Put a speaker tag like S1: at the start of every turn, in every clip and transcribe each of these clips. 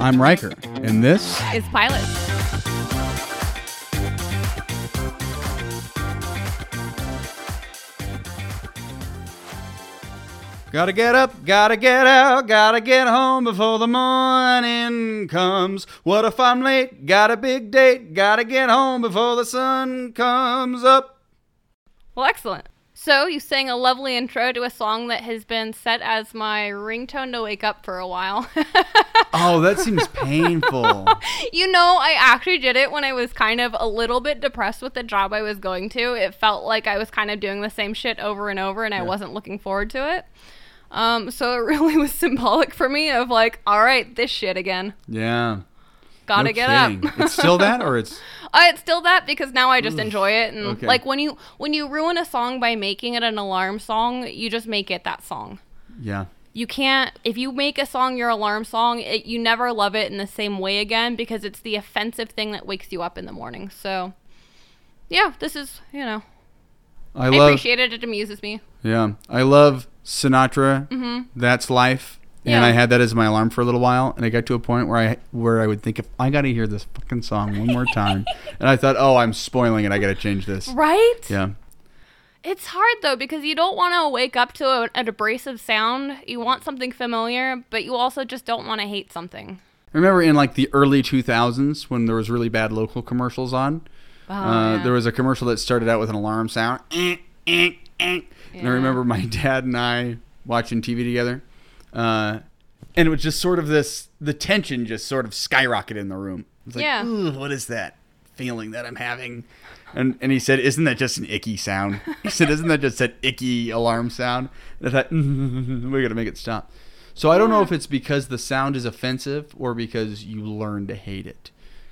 S1: I'm Riker, and this
S2: is Pilot.
S1: Gotta get up, gotta get out, gotta get home before the morning comes. What if I'm late? Got a big date, gotta get home before the sun comes up.
S2: Well, excellent. So you sang a lovely intro to a song that has been set as my ringtone to wake up for a while.
S1: Oh, that seems painful.
S2: you know, I actually did it when I was kind of a little bit depressed with the job I was going to. It felt like I was kind of doing the same shit over and over, and I wasn't looking forward to it. Um, so it really was symbolic for me of like, all right, this shit again.
S1: yeah.
S2: Gotta
S1: no
S2: get
S1: kidding.
S2: up.
S1: it's still that, or it's
S2: Uh, it's still that because now I just enjoy it, and
S1: okay.
S2: like when you when you ruin a song by making it an alarm song, you just make it that song.
S1: yeah.
S2: You can't if you make a song your alarm song, it, you never love it in the same way again because it's the offensive thing that wakes you up in the morning. So, yeah, this is you know I,
S1: I love.
S2: appreciate it. It amuses me.
S1: Yeah, I love Sinatra. That's life. And
S2: Mm-hmm. Yeah.
S1: I had that as my alarm for a little while, and I got to a point where I where I would think if I got to hear this fucking song one more time, and I thought, oh, I'm spoiling it. I got to change this.
S2: Right?
S1: Yeah,
S2: It's hard though because you don't want to wake up to a, an abrasive sound. You want something familiar, but you also just don't want to hate something.
S1: I remember in like the early 2000s when there was really bad local commercials on.
S2: Oh,
S1: uh,
S2: yeah.
S1: There was a commercial that started out with an alarm sound, Eh, eh, eh. and I remember my dad and I watching TV together, uh, and it was just sort of this the tension just sort of skyrocketed in the room. It's like,
S2: Yeah.
S1: "Ooh, what is that feeling that I'm having? And and he said, "Isn't that just an icky sound?" He said, "Isn't that just an icky alarm sound?" And I thought, "Mm, "We're gonna make it stop." So I don't know if it's because the sound is offensive or because you learn to hate it.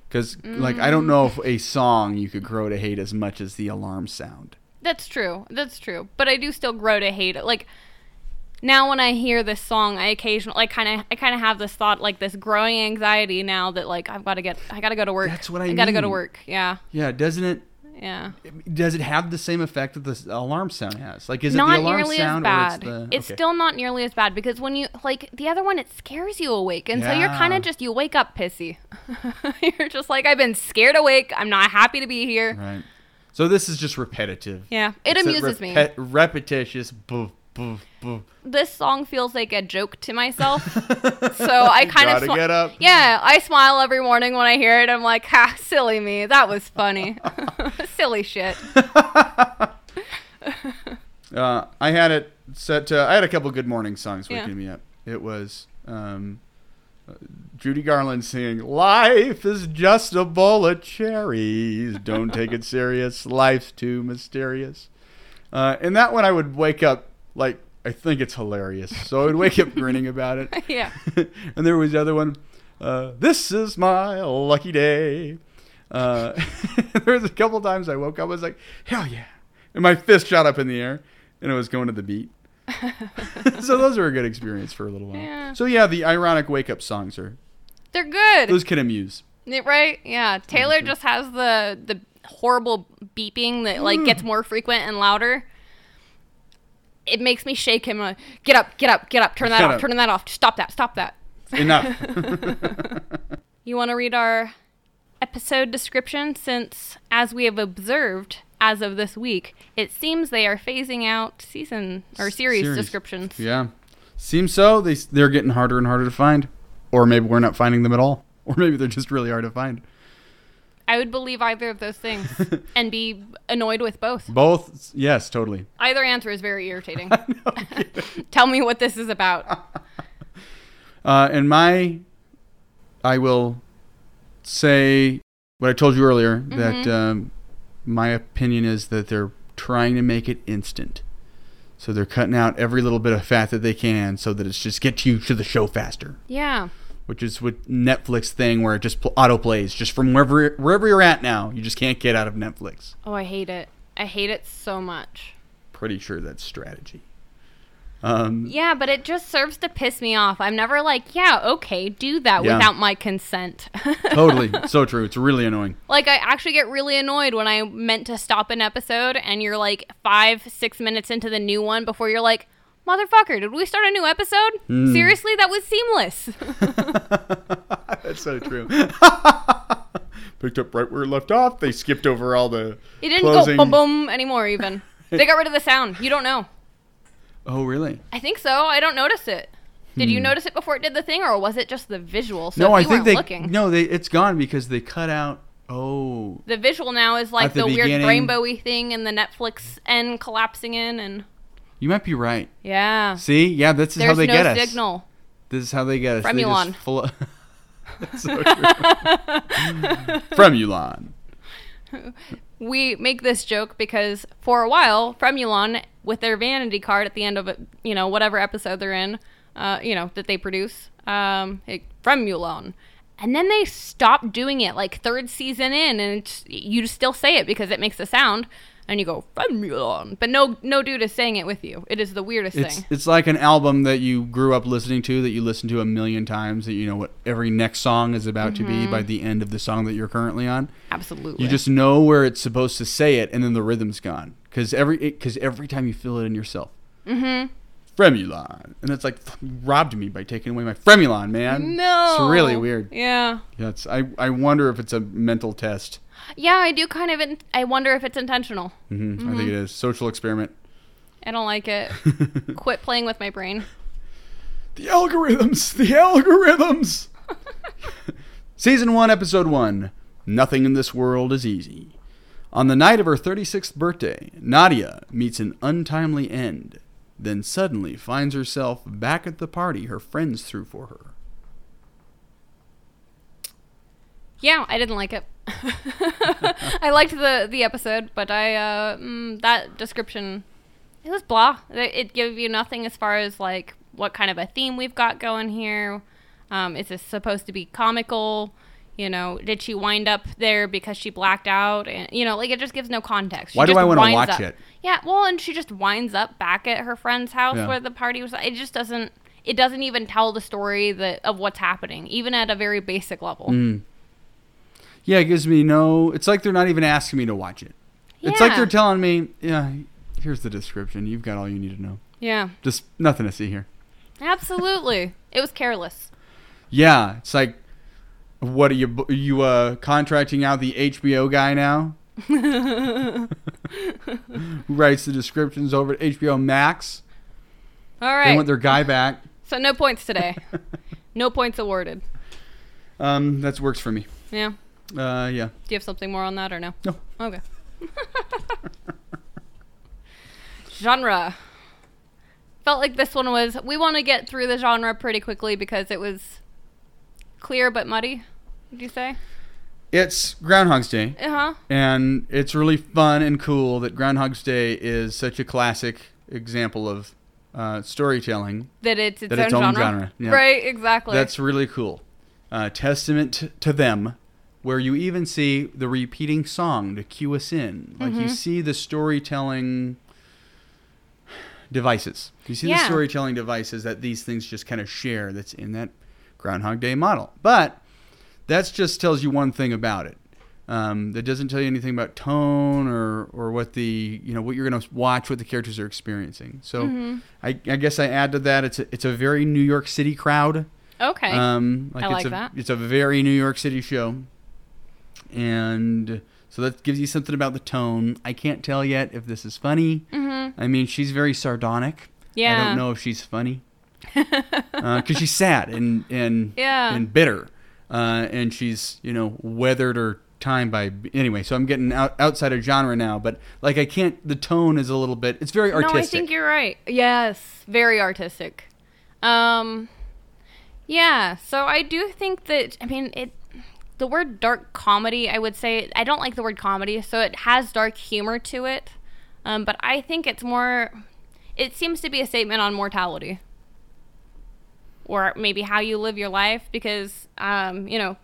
S1: Because like I
S2: Mm.
S1: don't know if a song you could grow to hate as much as the alarm sound.
S2: That's true. That's true. But I do still grow to hate it. Like now when I hear this song, I occasionally like kind of I kind of have this thought like this growing anxiety now that like I've got to get I got to go to work.
S1: That's what I
S2: got to go to
S1: mean.
S2: work. Yeah.
S1: Yeah, doesn't it?
S2: Yeah.
S1: Does it have the same effect that the s- alarm sound has? Like, is it
S2: not
S1: the alarm
S2: nearly as
S1: sound
S2: bad.
S1: or it's the? okay.
S2: still not nearly as bad because when you like the other one, it scares you awake, and so you're
S1: Yeah.
S2: kind of just you wake up pissy. you're just like I've been scared awake. I'm not happy to be here.
S1: right. So this is just repetitive.
S2: Yeah, it
S1: It's a
S2: amuses me.
S1: repet- Repetitious. Boof, boof, boof.
S2: this song feels like a joke to myself. so I kind of
S1: Gotta get up.
S2: Yeah, I smile every morning when I hear it. I'm like, ha, silly me. That was funny. silly shit.
S1: Uh, I had it set to. I had a couple good morning songs
S2: Yeah.
S1: waking me up. It was um, uh, Judy Garland singing "Life is just a bowl of cherries. Don't take it serious. Life's too mysterious." Uh, and that one, I would wake up like I think it's hilarious, so I would wake up grinning about it.
S2: Yeah.
S1: and there was the other one. Uh, this is my lucky day. Uh, there was a couple times I woke up, I was like, hell yeah. And my fist shot up in the air and it was going to the beat. so those are a good experience for a little while.
S2: Yeah.
S1: So yeah, the ironic wake up songs are
S2: They're good.
S1: those can amuse.
S2: Yeah, right? Yeah. Taylor just has the the horrible beeping that like
S1: Mm.
S2: gets more frequent and louder. It makes me shake him. Like, get up, get up, get up. Turn that
S1: Shut
S2: off.
S1: up.
S2: Turn that off. Stop that. Stop that.
S1: Enough.
S2: You want to read our episode description since, as we have observed as of this week, it seems they are phasing out season or series,
S1: Series.
S2: descriptions.
S1: yeah. Seems so. They they're getting harder and harder to find, or maybe we're not finding them at all, or maybe they're just really hard to find.
S2: I would believe either of those things and be annoyed with both.
S1: Both. Yes, totally.
S2: Either answer is very irritating. Tell me what this is about.
S1: Uh, and my, I will say what I told you earlier that um, my opinion is that they're trying to make it instant. So they're cutting out every little bit of fat that they can so that it's just get you to the show faster,
S2: Yeah.
S1: which is what Netflix thing where it just pl- auto plays just from wherever wherever you're at now. You just can't get out of Netflix.
S2: Oh, I hate it. I hate it so much.
S1: Pretty sure that's strategy. Um,
S2: Yeah, but it just serves to piss me off. I'm never like, yeah, okay, do that
S1: Yeah.
S2: without my consent.
S1: totally, so true. It's really annoying.
S2: Like I actually get really annoyed when I meant to stop an episode and you're like five, six minutes into the new one before you're like, Motherfucker, did we start a new episode? Seriously, that was seamless.
S1: That's so true. Picked up right where it left off. They skipped over all the.
S2: It didn't
S1: closing.
S2: go boom boom anymore, even. they got rid of the sound. You don't know.
S1: Oh, really?
S2: I think so. I don't notice it. Did you notice it before it did the thing, or was it just the visual? So
S1: Hmm. no,
S2: you
S1: I think
S2: weren't
S1: they.
S2: looking.
S1: No, they. It's gone because they cut out. Oh,
S2: The visual now is like
S1: At the
S2: the, weird
S1: beginning.
S2: rainbowy thing and the Netflix end collapsing in, and
S1: you might be right.
S2: yeah,
S1: See, yeah, this is how
S2: there's
S1: they
S2: no
S1: get us.
S2: signal.
S1: This is how they get us.
S2: From
S1: They just
S2: Elon.
S1: flo- That's so true. From Elon.
S2: We make this joke because for a while, Fremulon, with their vanity card at the end of it, you know whatever episode they're in, uh, you know that they produce, um, it, Fremulon, and then they stopped doing it like third season in, and it's, you still say it because it makes a sound, and you go Fremulon, but no, no dude is saying it with you. It is the weirdest
S1: It's
S2: thing.
S1: it's like an album that you grew up listening to that you listen to a million times that you know what every next song is about to
S2: Mm-hmm.
S1: be by the end of the song that you're currently on.
S2: Absolutely.
S1: You just know where it's supposed to say it, and then the rhythm's gone because every because every time you feel it in yourself. Mm-hmm. Fremulon, and it's like you robbed me by taking away my Fremulon, man.
S2: no.
S1: it's really weird.
S2: Yeah.
S1: That's I I wonder if it's a mental test.
S2: Yeah, I do kind of. In- I wonder if it's intentional.
S1: hmm I think it is social experiment.
S2: I don't like it. Quit playing with my brain.
S1: The algorithms, the algorithms. Season 1, Episode 1 Nothing in this world is easy. On the night of her 36th birthday, Nadia meets an untimely end, then suddenly finds herself back at the party her friends threw for her.
S2: Yeah, I didn't like it. I liked the the episode, but I uh, mm, that description it was blah. It it gave you nothing as far as like what kind of a theme we've got going here. Um, is this supposed to be comical? You know, did she wind up there because she blacked out? And you know, like it just gives no context. She
S1: Why do
S2: just
S1: I wanna
S2: winds
S1: watch
S2: up-
S1: it?
S2: Yeah, well, and she just winds up back at her friend's house
S1: Yeah.
S2: where the party was. It just doesn't. It doesn't even tell the story that of what's happening, even at a very basic level.
S1: Mm. Yeah, it gives me no. It's like they're not even asking me to watch it. It's like
S2: Yeah.
S1: they're telling me, yeah, here's the description. You've got all you need to know.
S2: Yeah.
S1: Just nothing to see here.
S2: Absolutely. it was careless.
S1: Yeah, it's like, what are you are you uh, contracting out the HBO guy now? Who writes the descriptions over at HBO Max?
S2: All
S1: They
S2: right.
S1: want their guy back.
S2: so no points today. no points awarded.
S1: Um, that works for me.
S2: Yeah.
S1: Uh, yeah.
S2: Do you have something more on that or no?
S1: No.
S2: Okay. genre. Felt like this one was we want to get through the genre pretty quickly because it was clear but muddy. Would you say?
S1: It's Groundhog's Day,
S2: Uh huh.
S1: and it's really fun and cool that Groundhog's Day is such a classic example of uh, storytelling.
S2: That it's its,
S1: That
S2: own,
S1: its own
S2: genre.
S1: genre, yeah.
S2: Right. Exactly.
S1: That's really cool. Uh, testament t- to them, where you even see the repeating song to cue us in. Like
S2: Mm-hmm.
S1: you see the storytelling devices. You see the
S2: Yeah.
S1: storytelling devices that these things just kind of share that's in that Groundhog Day model. But that just tells you one thing about it. Um, that doesn't tell you anything about tone or, or what the you know what you're going to watch, what the characters are experiencing. So
S2: Mm-hmm.
S1: I, I guess I add to that it's a, it's a very New York City crowd.
S2: okay.
S1: Um, like
S2: I
S1: it's
S2: like
S1: a,
S2: that.
S1: It's a very New York City show, and so that gives you something about the tone. I can't tell yet if this is funny. I mean, she's very sardonic. I
S2: Mm. Mm-hmm. Yeah.
S1: don't know if she's funny because she's sad and and
S2: Yeah.
S1: and bitter, uh, and she's you know weathered her time by anyway. So I'm getting out, outside of genre now, but like I can't. The tone is a little bit. It's very artistic.
S2: No, I think you're right. Yes, very artistic. Um, yeah. So I do think that I mean it. The word dark comedy, I would say I don't like the word comedy, so it has dark humor to it. Um, but I think it's more. It seems to be a statement on mortality, or maybe how you live your life, because um, you know.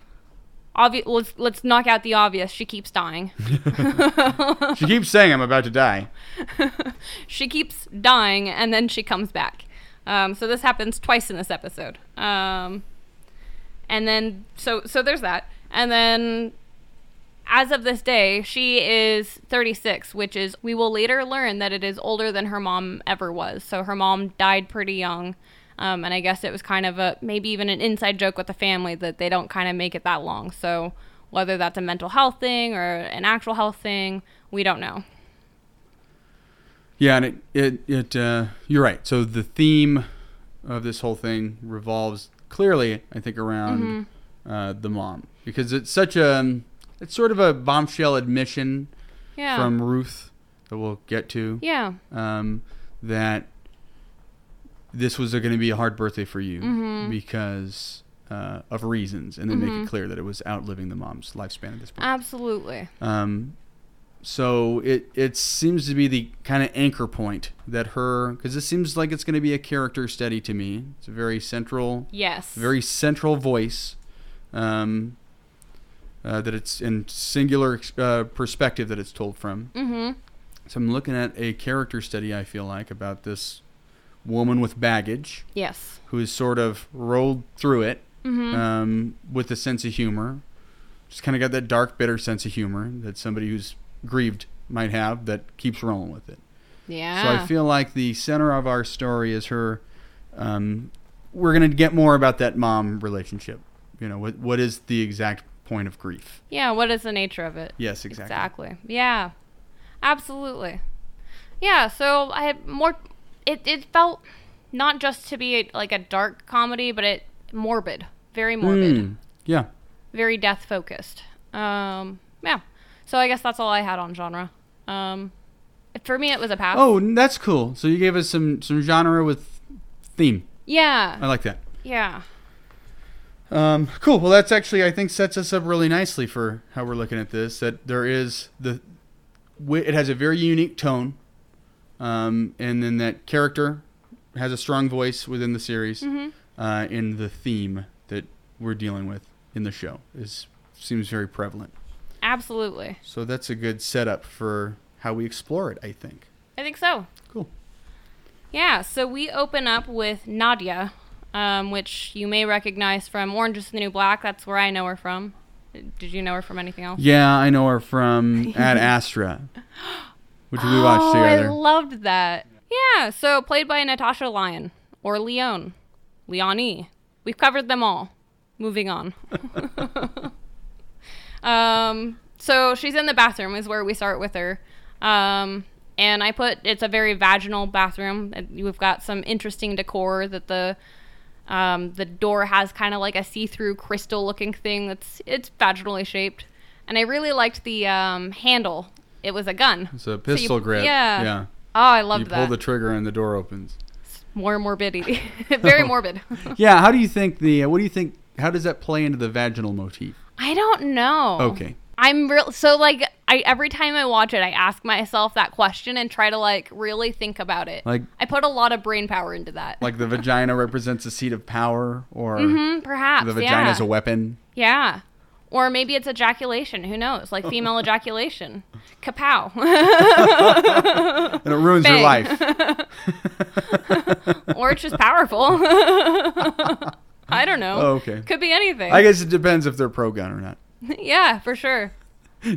S2: Obvi- let's, let's knock out the obvious. She keeps dying.
S1: she keeps saying I'm about to die.
S2: she keeps dying and then she comes back. Um, so this happens twice in this episode. Um, and then so so there's that. And then as of this day, she is 36, which is, we will later learn that it is older than her mom ever was. So her mom died pretty young. Um, and I guess it was kind of a maybe even an inside joke with the family that they don't kind of make it that long. So whether that's a mental health thing or an actual health thing, we don't know.
S1: Yeah, and it it, it uh, you're right. So the theme of this whole thing revolves clearly, I think, around
S2: Mm-hmm.
S1: uh, the mom because it's such a it's sort of a bombshell admission
S2: Yeah.
S1: from Ruth that we'll get to
S2: yeah.
S1: um, that this was going to be a hard birthday for you
S2: Mm-hmm.
S1: because uh, of reasons, and they make it clear that it was outliving the mom's lifespan at this point.
S2: Absolutely.
S1: Um, so it it seems to be the kind of anchor point that her because this seems like it's going to be a character study to me. It's a very central,
S2: Yes.
S1: very central voice. Um, uh, that it's in singular uh, perspective that it's told from.
S2: Mm-hmm.
S1: So I'm looking at a character study. I feel like about this woman with baggage
S2: Yes.
S1: who is sort of rolled through it
S2: Mm-hmm.
S1: um, with a sense of humor. Just kind of got that dark, bitter sense of humor that somebody who's grieved might have that keeps rolling with it.
S2: yeah.
S1: So I feel like the center of our story is her. Um, we're going to get more about that mom relationship. You know, what what is the exact point of grief?
S2: yeah. What is the nature of it?
S1: Yes, exactly.
S2: Exactly. Yeah. Absolutely. Yeah, so I had more it it felt not just to be like a dark comedy, but it morbid, very morbid,
S1: Mm, yeah.
S2: very death focused. Um yeah. So I guess that's all I had on genre. Um for me it was a pass.
S1: Oh, n- that's cool. So you gave us some some genre with theme.
S2: Yeah.
S1: I like that.
S2: yeah.
S1: Um, cool. Well, that's actually I think sets us up really nicely for how we're looking at this. That there is the wi- it has a very unique tone, um, and then that character has a strong voice within the series,
S2: Mm-hmm.
S1: uh, and the theme that we're dealing with in the show is seems very prevalent.
S2: Absolutely.
S1: So that's a good setup for how we explore it. I think.
S2: I think so.
S1: Cool.
S2: Yeah, so we open up with Nadia, um, which you may recognize from Orange is the New Black. That's where I know her from. Did you know her from anything else?
S1: Yeah, I know her from Ad Astra, which we watched
S2: oh,
S1: together.
S2: I loved that. Yeah, so played by Natasha Lyon or Leone, Leonie. We've covered them all. Moving on. um, so she's in the bathroom is where we start with her. Um, and I put it's a very vaginal bathroom. And We've got some interesting decor that the um, the door has kind of like a see-through crystal-looking thing that's it's vaginally shaped, and I really liked the um, handle. It was a gun.
S1: it's a pistol grip.
S2: yeah.
S1: Yeah.
S2: Oh, I love
S1: you pull
S2: that.
S1: the trigger and the door opens.
S2: More morbidity. Very
S1: Oh.
S2: morbid.
S1: Yeah. How do you think the? Uh, what do you think? How does that play into the vaginal motif?
S2: I don't know.
S1: Okay.
S2: I'm real so like I every time I watch it I ask myself that question and try to like really think about it.
S1: Like-
S2: I put a lot of brain power into that.
S1: Like the vagina represents a seat of power, or
S2: Hmm, perhaps.
S1: the
S2: yeah.
S1: vagina's a weapon.
S2: yeah. Or maybe it's ejaculation, who knows? Like female ejaculation. Kapow.
S1: And it ruins your
S2: Bang.
S1: life.
S2: or it's just powerful. I don't know.
S1: Oh, okay.
S2: Could be anything.
S1: I guess it depends if they're pro gun or not.
S2: yeah, for sure.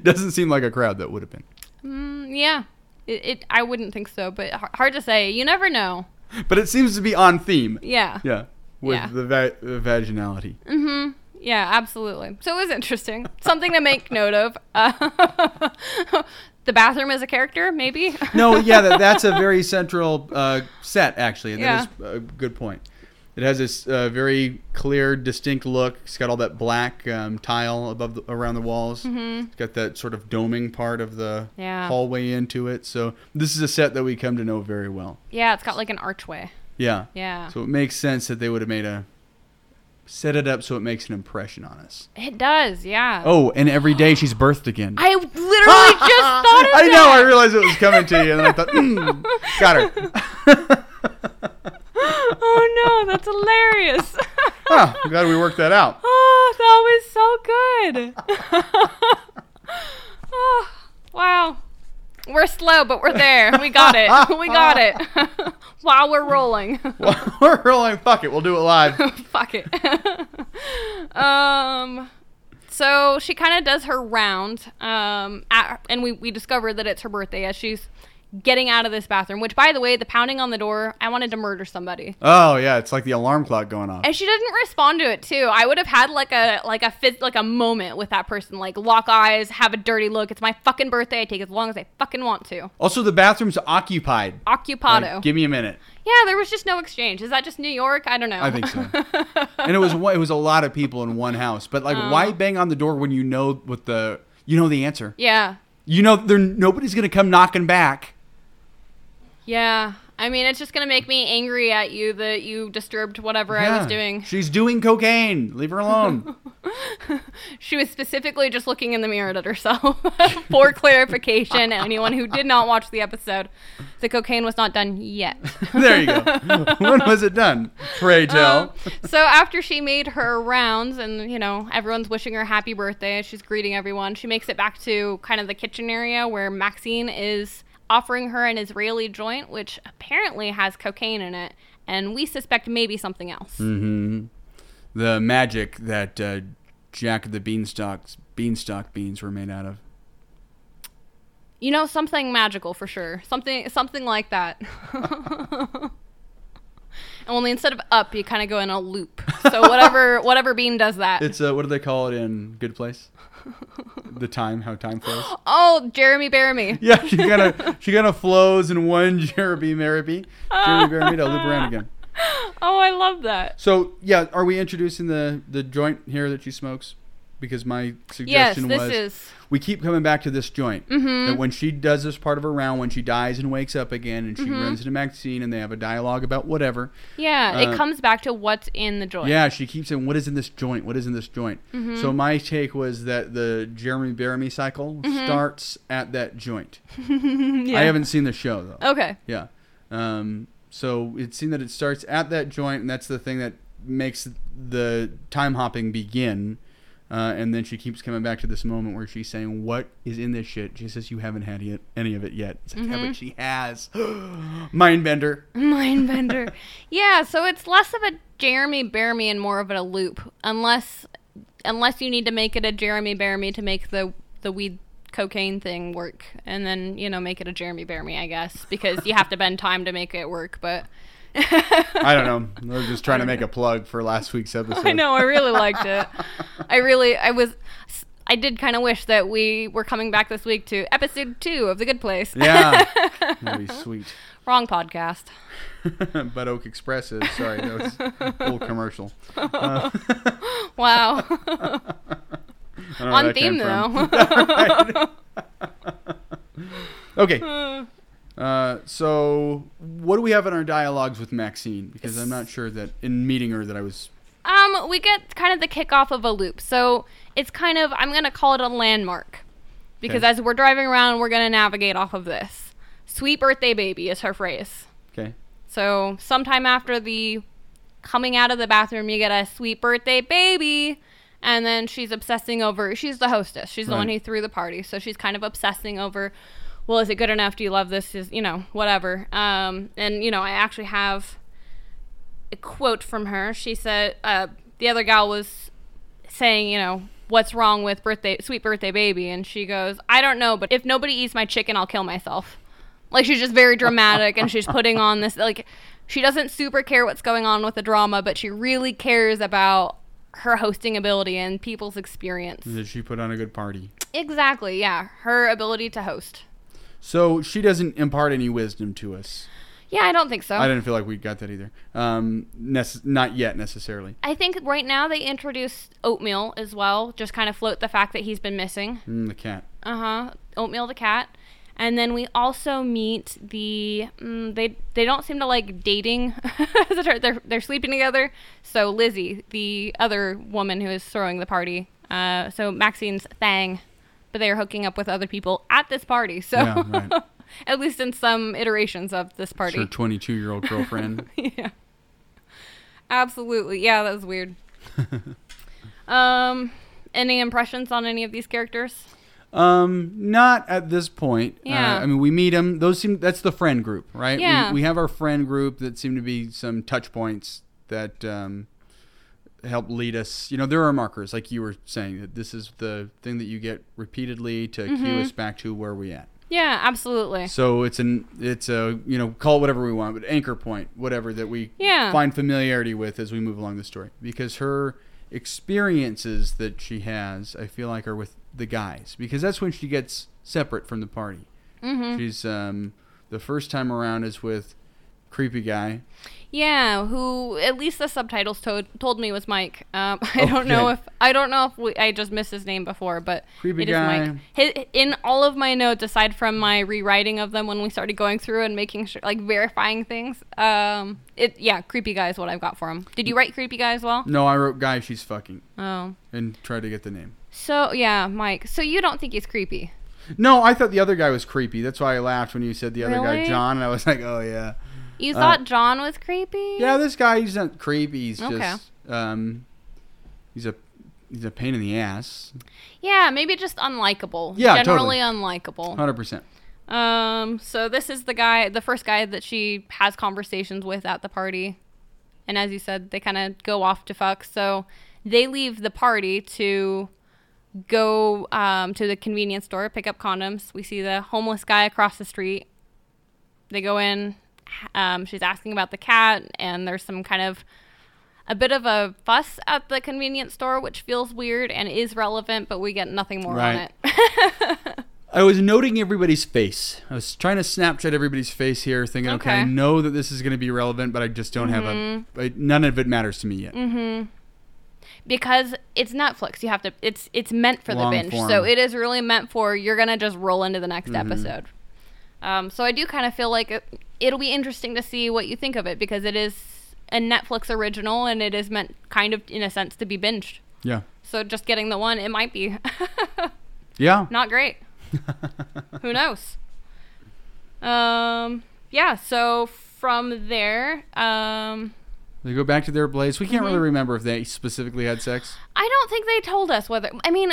S1: Doesn't seem like a crowd that would have been.
S2: Mm, yeah. It, it I wouldn't think so, but h- hard to say. You never know.
S1: But it seems to be on theme.
S2: Yeah.
S1: Yeah. With
S2: Yeah.
S1: the va- uh, vaginality.
S2: Yeah, absolutely. So it was interesting. Something to make note of. Uh, the bathroom as a character, maybe.
S1: no, yeah, that, that's a very central uh, set actually, and
S2: Yeah.
S1: that is a good point. It has this uh, very clear, distinct look. It's got all that black um, tile above the, around the walls. It's got that sort of doming part of the
S2: Mm-hmm. Yeah.
S1: hallway into it. So this is a set that we come to know very well.
S2: yeah, it's got like an archway.
S1: Yeah.
S2: Yeah.
S1: So it makes sense that they would have made a set it up so it makes an impression on us.
S2: It does, yeah.
S1: Oh, and every day she's birthed again.
S2: I literally just thought of
S1: I know.
S2: that.
S1: I realized it was coming to you, and then I thought, mm, got her.
S2: oh no, that's hilarious.
S1: Huh, I'm glad we worked that out.
S2: oh, that was so good. oh, wow. We're slow, but we're there. We got it. We got it. While we're rolling.
S1: We're rolling. Fuck it. We'll do it live.
S2: Fuck it. um, so she kind of does her round, um, at, and we, we discover that it's her birthday as she's getting out of this bathroom, which, by the way, the pounding on the door, I wanted to murder somebody.
S1: Oh yeah, it's like the alarm clock going off.
S2: And she didn't respond to it too. I would have had like a like a fit like a moment with that person, like lock eyes, have a dirty look. It's my fucking birthday. I take as long as I fucking want to.
S1: Also, the bathroom's occupied. Like,
S2: Occupado.
S1: give me a minute.
S2: yeah, there was just no exchange. Is that just New York? I don't know.
S1: I think so. and it was one- it was a lot of people in one house, but like,
S2: Oh.
S1: why bang on the door when you know what the you know the answer?
S2: yeah.
S1: You know, there nobody's gonna come knocking back.
S2: Yeah. I mean, it's just gonna make me angry at you that you disturbed whatever I was
S1: Yeah.
S2: doing.
S1: She's doing cocaine. Leave her alone.
S2: She was specifically just looking in the mirror at herself for clarification. Anyone who did not watch the episode, the cocaine was not done yet.
S1: there you go. when was it done? Pray
S2: Uh,
S1: tell.
S2: Um, so after she made her rounds and you know everyone's wishing her happy birthday she's greeting everyone she makes it back to kind of the kitchen area where maxine is offering her an israeli joint which apparently has cocaine in it and we suspect maybe something else
S1: Hmm. the magic that uh, Jack of the Beanstalk's beanstalk beans were made out of.
S2: you know something magical for sure something something like that only instead of up you kind of go in a loop so whatever whatever bean does that
S1: It's uh, what do they call it in Good Place? the time, how time flows.
S2: oh jeremy Baramy.
S1: Yeah, she kind of she kind of flows in one Jeremy Merripy, Jeremy Merripy to loop around again.
S2: oh i love that
S1: So yeah, are we introducing the the joint here that she smokes? Because my
S2: yes
S1: suggestion
S2: this
S1: was
S2: is Mm-hmm.
S1: we keep coming back to this joint that when she does this part of her round, when she dies and wakes up again, and she
S2: Mm-hmm.
S1: runs into Maxine and they have a dialogue about whatever.
S2: Yeah,
S1: Uh,
S2: it comes back to what's in the joint.
S1: Yeah, she keeps saying, "What is in this joint? What is in this joint?"
S2: Mm-hmm.
S1: So my take was that the Jeremy Baramy cycle
S2: Mm-hmm.
S1: starts at that joint. I haven't seen the show though.
S2: Okay.
S1: Yeah. Um, so it seemed that it starts at that joint, and that's the thing that makes the time hopping begin. Uh, and then she keeps coming back to this moment where she's saying, "What is in this shit?" She says, "You haven't had yet, any of it yet." It's like,
S2: Mm-hmm.
S1: "Yeah, but she has. Mind bender.
S2: Mindbender. yeah, so it's less of a Jeremy Bear Me and more of a loop. Unless unless you need to make it a Jeremy Bear Me to make the the weed cocaine thing work and then, you know, make it a Jeremy Bear Me, I guess, because you have to bend time to make it work, but
S1: I don't know. I was just trying to make a plug for last week's episode.
S2: I know. I really liked it. I really, I was, I did kind of wish that we were coming back this week to episode two of The Good Place.
S1: Yeah, that'd be sweet.
S2: Wrong podcast.
S1: but Oak Express is sorry. That was a little commercial. Uh,
S2: Wow.
S1: I don't know where
S2: On
S1: that came
S2: theme
S1: from.
S2: though.
S1: Okay. Uh, so what do we have in our dialogues with Maxine? Because I'm not sure that in meeting her that I was.
S2: Um, we get kind of the kickoff of a loop. So it's kind of I'm gonna call it a landmark. Because
S1: Okay.
S2: as we're driving around, we're gonna navigate off of this. Sweet birthday baby is her phrase.
S1: Okay.
S2: So sometime after the coming out of the bathroom you get a sweet birthday baby and then she's obsessing over she's the hostess. She's the one
S1: Right.
S2: who threw the party. So she's kind of obsessing over well, is it good enough? Do you love this? Is you know, whatever. Um and you know, I actually have a quote from her. She said, uh, the other gal was saying, you know, what's wrong with birthday, sweet birthday baby? And she goes, I don't know, but if nobody eats my chicken, I'll kill myself. Like she's just very dramatic and she's putting on this, like, she doesn't super care what's going on with the drama, but she really cares about her hosting ability and people's experience.
S1: Did she put on a good party?
S2: Exactly. Yeah. Her ability to host.
S1: So she doesn't impart any wisdom to us.
S2: Yeah, I don't think so.
S1: I didn't feel like we got that either. Um, nece- not yet necessarily.
S2: I think right now they introduced oatmeal as well, just kind of float the fact that he's been missing.
S1: Mm, the cat.
S2: Uh huh. Oatmeal the cat, and then we also meet the mm, they they don't seem to like dating. they're they're sleeping together. So Lizzie, the other woman who is throwing the party, uh, so Maxine's thang, but they are hooking up with other people at this party. So
S1: Yeah, right.
S2: at least in some iterations of this
S1: It's her
S2: party.
S1: 22 year old girlfriend.
S2: yeah. Absolutely. Yeah, that was weird. um, any impressions on any of these characters?
S1: Um, not at this point. Uh,
S2: Yeah.
S1: I mean, we meet them. Those seem that's the friend group, right?
S2: Yeah.
S1: We, we have our friend group that seem to be some touch points that um, help lead us. You know, there are markers, like you were saying, that this is the thing that you get repeatedly to
S2: Mm-hmm.
S1: cue us back to where we at.
S2: Yeah, absolutely.
S1: So it's an it's a you know call it whatever we want, but anchor point, whatever that we
S2: Yeah.
S1: find familiarity with as we move along the story, because her experiences that she has, I feel like, are with the guys, because that's when she gets separate from the party.
S2: Mm-hmm.
S1: She's um the first time around is with creepy guy.
S2: Yeah, who at least the subtitles told told me was Mike. Um, I don't know
S1: Okay.
S2: if I don't know if we, I just missed his name before, but
S1: Creepy
S2: it is
S1: guy.
S2: Mike. Hi in all of my notes, aside from my rewriting of them when we started going through and making sure, like verifying things, um, it yeah, creepy guy is what I've got for him. Did you write creepy guy as well?
S1: No, I wrote guy she's fucking
S2: Oh,
S1: and tried to get the name.
S2: so yeah, Mike. So you don't think he's creepy?
S1: No, I thought the other guy was creepy. That's why I laughed when you said the other guy
S2: Really?
S1: John, and I was like, oh yeah.
S2: You
S1: Uh,
S2: thought John was creepy?
S1: Yeah, this guy he's not creepy. He's
S2: Okay.
S1: just um, he's a he's a pain in the ass.
S2: Yeah, maybe just unlikable.
S1: Yeah,
S2: generally
S1: totally.
S2: unlikable.
S1: Hundred percent.
S2: Um, so this is the guy, the first guy that she has conversations with at the party. And as you said, they kind of go off to fuck. So they leave the party to go um, to the convenience store, pick up condoms. We see the homeless guy across the street. They go in. Um, she's asking about the cat, and there's some kind of a bit of a fuss at the convenience store, which feels weird and is relevant, but we get nothing more on
S1: Right.
S2: it.
S1: I was noting everybody's face. I was trying to Snapchat everybody's face here, thinking, okay, I
S2: Okay. Mm-hmm.
S1: know that this is going to be relevant, but I just don't have a I, none of it matters to me yet.
S2: because it's Netflix. You have to. It's it's meant for
S1: Long
S2: the binge, so
S1: form. Mm-hmm.
S2: it is really meant for. You're gonna just roll into the next episode. Um, so I do kind of feel like it, it'll be interesting to see what you think of it because it is a Netflix original and it is meant kind of in a sense to be binged.
S1: Yeah,
S2: So just getting the one, it might be
S1: yeah.
S2: not great. Who knows? Um, yeah. So from there, um,
S1: They go back to their place. We can't
S2: Mm-hmm.
S1: really remember if they specifically had sex.
S2: I don't think they told us whether. I mean,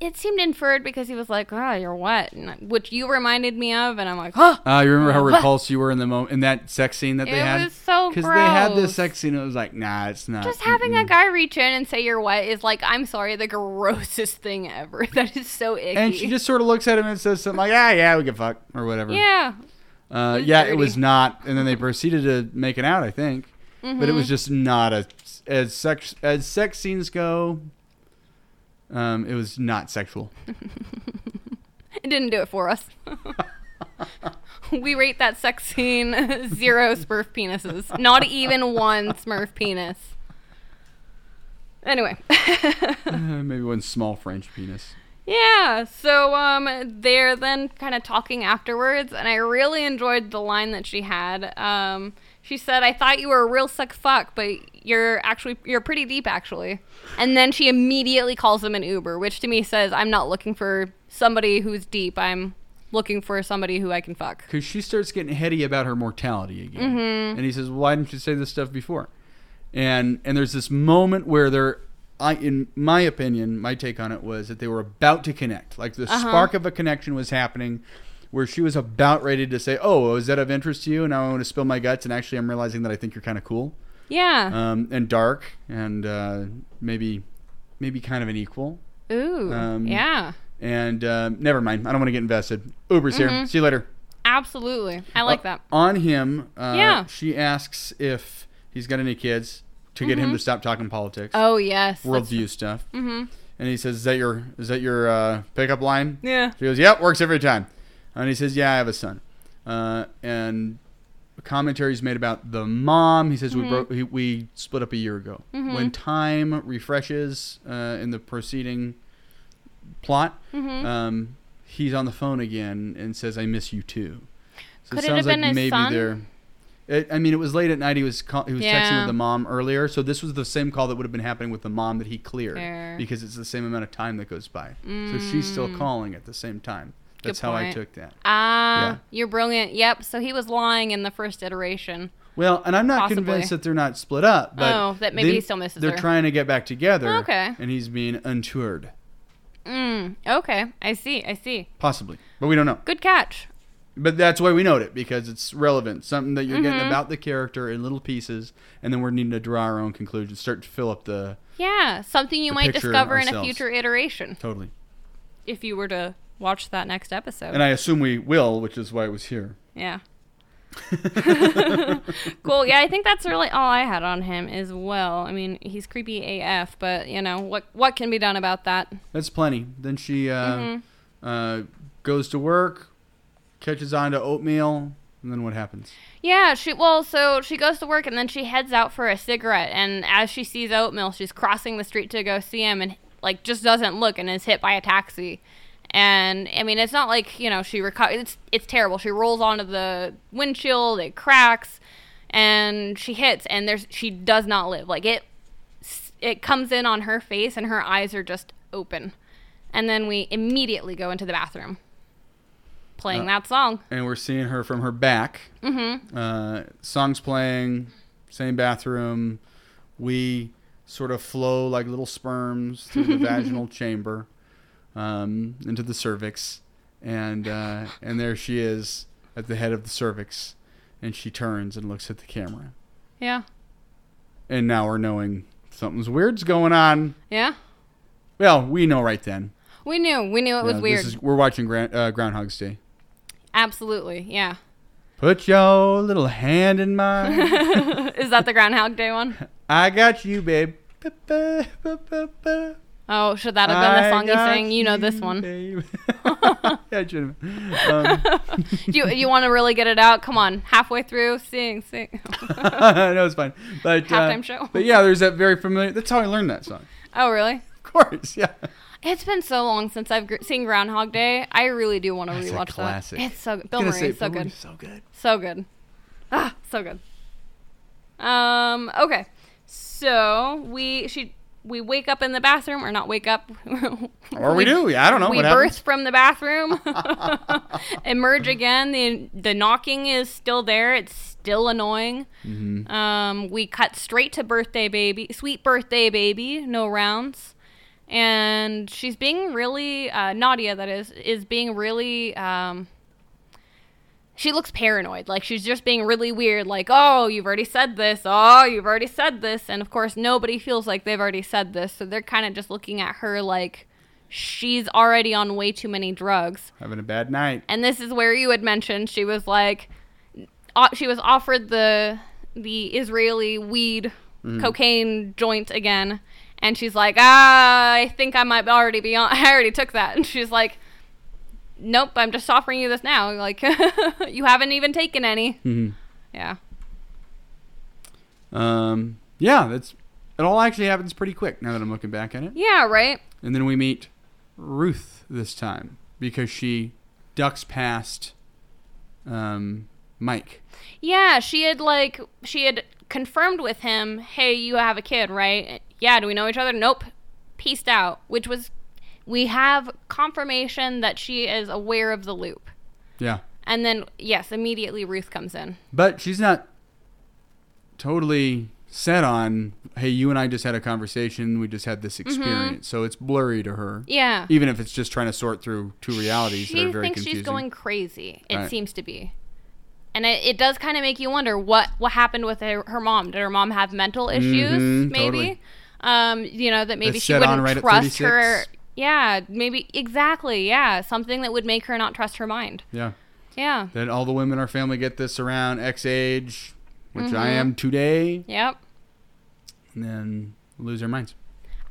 S2: it seemed inferred because he was like, "Oh, you're what," and, I- which you reminded me of, and I'm like, "Oh,
S1: Uh, you remember how repulsed you were in the moment in that sex scene that they
S2: It
S1: had?
S2: was so
S1: they had this
S2: gross.
S1: sex scene, it was like, nah, it's not.
S2: just having
S1: mm-mm.
S2: a guy reach in and say you're what is like, I'm sorry, the grossest thing ever. That is so icky."
S1: And she just sort of looks at him and says something like, ah, yeah, we can fuck or whatever.
S2: yeah,
S1: Uh, yeah, it was
S2: dirty.
S1: not, and then they proceeded to make it out. I think, but it was just not a as sex as sex scenes go. Um, it was not sexual.
S2: it didn't do it for us. we rate that sex scene zero Smurf penises, not even one Smurf penis. Anyway.
S1: Uh, maybe one small French penis.
S2: Yeah, so um, they're then kind of talking afterwards, and I really enjoyed the line that she had. Um, she said, "I thought you were a real sick fuck, but you're actually you're pretty deep, actually." And then she immediately calls him an Uber, which to me says, "I'm not looking for somebody who's deep. I'm looking for somebody who I can fuck."
S1: Because she starts getting heady about her mortality again, and he says, well, "Why didn't you say this stuff before?" And and there's this moment where they're, I in my opinion, my take on it was that they were about to connect, like the spark of a connection was happening, where she was about ready to say, "Oh, is that of interest to you?" And I want to spill my guts, and actually, I'm realizing that I think you're kind of cool
S2: Yeah.
S1: um, and dark, and uh, maybe maybe kind of an equal.
S2: Ooh.
S1: um,
S2: yeah.
S1: And um, never mind, I don't want to get invested. Uber's here. See you later.
S2: Absolutely. I like
S1: Uh,
S2: that.
S1: On him, uh,
S2: Yeah.
S1: she asks if he's got any kids to get him to stop talking politics,
S2: Mm-hmm. Oh yes. that's-
S1: worldview stuff. Mm-hmm. And he says, "Is that your is that your uh, pickup line?"
S2: Yeah.
S1: She goes, "Yep, works every time." And he says, "Yeah, I have a son." Uh, and commentaries made about the mom. He says,
S2: Mm-hmm.
S1: "We broke, he, we split up a year ago." When time refreshes uh, in the preceding plot,
S2: Mm-hmm.
S1: um, he's on the phone again and says, "I miss you too." So
S2: Could it have been his son?
S1: It, I mean, it was late at night. He was call, he was texting
S2: Yeah.
S1: with the mom earlier, so this was the same call that would have been happening with the mom that he cleared
S2: Fair. Mm.
S1: because it's the same amount of time that goes by. So she's still calling at the same time. That's how I
S2: point.
S1: took that.
S2: Ah,
S1: Yeah.
S2: you're brilliant. Yep. So he was lying in the first iteration.
S1: Well, and I'm not
S2: Possibly.
S1: convinced that they're not split up. But
S2: Oh, that maybe he still misses
S1: They're
S2: her. Oh,
S1: trying to get back together.
S2: Okay.
S1: And he's being untoured,
S2: Mm, okay, I see. I see.
S1: possibly, but we don't know.
S2: Good catch.
S1: But that's why we note it because it's relevant, something that you're
S2: Mm-hmm.
S1: getting about the character in little pieces, and then we're needing to draw our own conclusions, start to fill up the
S2: Yeah, something you
S1: The
S2: might
S1: picture
S2: discover in a
S1: ourselves.
S2: future iteration
S1: totally.
S2: if you were to watch that next episode.
S1: And I assume we will, which is why it was here.
S2: yeah. cool. Yeah, I think that's really all I had on him as well. I mean, he's creepy AF, but you know what? What can be done about that?
S1: That's plenty. Then she uh, uh, goes to work, catches on to oatmeal, and then what happens?
S2: Yeah, she well, so she goes to work and then she heads out for a cigarette and as she sees oatmeal, she's crossing the street to go see him and like just doesn't look and is hit by a taxi. And I mean, it's not like, you know, she reco- it's it's terrible. She rolls onto the windshield, it cracks, and she hits and there's she does not live. Like it it comes in on her face and her eyes are just open. And then we immediately go into the bathroom playing
S1: Uh,
S2: that song.
S1: And we're seeing her from her back. Mm-hmm. Uh, songs playing, same bathroom. We sort of flow like little sperms through the vaginal chamber um, into the cervix, and uh, and there she is at the head of the cervix, and she turns and looks at the camera,
S2: Yeah.
S1: and now we're knowing something's weird's going on.
S2: Yeah.
S1: Well, we know right then.
S2: We knew. We knew it was
S1: Yeah,
S2: weird.
S1: This is, we're watching Grand, uh, Groundhog's Day.
S2: Absolutely. Yeah.
S1: Put your little hand in mine.
S2: is that the Groundhog Day one?
S1: I got you, babe. Ba, ba, ba, ba, ba.
S2: Oh, should that have been the
S1: I
S2: song
S1: got
S2: you sang? You know this one.
S1: babe. yeah, it should have. Um,
S2: Do you, you want to really get it out? Come on. Halfway through, sing, sing.
S1: no, it's fine. But uh,
S2: Halftime show.
S1: But yeah, there's that very familiar. That's how I learned that song.
S2: oh, really?
S1: Of course, yeah.
S2: It's been so long since I've gr- seen Groundhog Day. I really do want to
S1: That's a
S2: rewatch
S1: classic.
S2: that. It's so good. Bill
S1: Gonna
S2: Murray
S1: say,
S2: is so
S1: Bill Murray's
S2: good.
S1: So good.
S2: So good. Ah, so good. Um, okay. So, we she we wake up in the bathroom or not wake up.
S1: Or we do. Yeah, I don't know
S2: we
S1: what
S2: birth
S1: happens.
S2: from the bathroom, emerge again. The the knocking is still there. It's still annoying.
S1: Mm-hmm.
S2: Um, we cut straight to birthday baby, sweet birthday baby, no rounds, and she's being really uh, Nadia. That is is being really. Um, she looks paranoid. Like she's just being really weird. Like, oh, you've already said this. Oh, you've already said this. And of course, nobody feels like they've already said this. So they're kind of just looking at her like she's already on way too many drugs.
S1: Having a bad night.
S2: And this is where you had mentioned she was like, o- she was offered the the Israeli weed cocaine joint again, and she's like, ah, I think I might already be on. I already took that, and she's like. Nope, I'm just offering you this now. Like, you haven't even taken any.
S1: Mhm.
S2: Yeah.
S1: Um, yeah, that's. It all actually happens pretty quick now that I'm looking back at it.
S2: Yeah, right?
S1: And then we meet Ruth this time because she ducks past um, Mike.
S2: Yeah, she had like she had confirmed with him, "Hey, you have a kid, right?" Yeah, do we know each other? Nope. Peaced out, which was we have confirmation that she is aware of the loop.
S1: Yeah.
S2: And then yes, immediately Ruth comes in.
S1: But she's not totally set on, hey, you and I just had a conversation. We just had this experience. So it's blurry to her.
S2: Mm-hmm. Yeah.
S1: Even if it's just trying to sort through two realities
S2: she
S1: that are very
S2: thinks
S1: confusing.
S2: she's going crazy. It
S1: Right.
S2: seems to be. And it, it does kind of make you wonder what what happened with her, her mom. Did her mom have mental issues?
S1: Mhm,
S2: maybe.
S1: totally.
S2: Um, you know that maybe
S1: That's
S2: she
S1: set on
S2: wouldn't
S1: right at
S2: trust
S1: 36.
S2: her. Yeah, maybe exactly. Yeah, something that would make her not trust her mind.
S1: yeah.
S2: Yeah.
S1: That all the women in our family get this around X age, which I
S2: Mm-hmm.
S1: am today,
S2: Yep.
S1: and then lose their minds.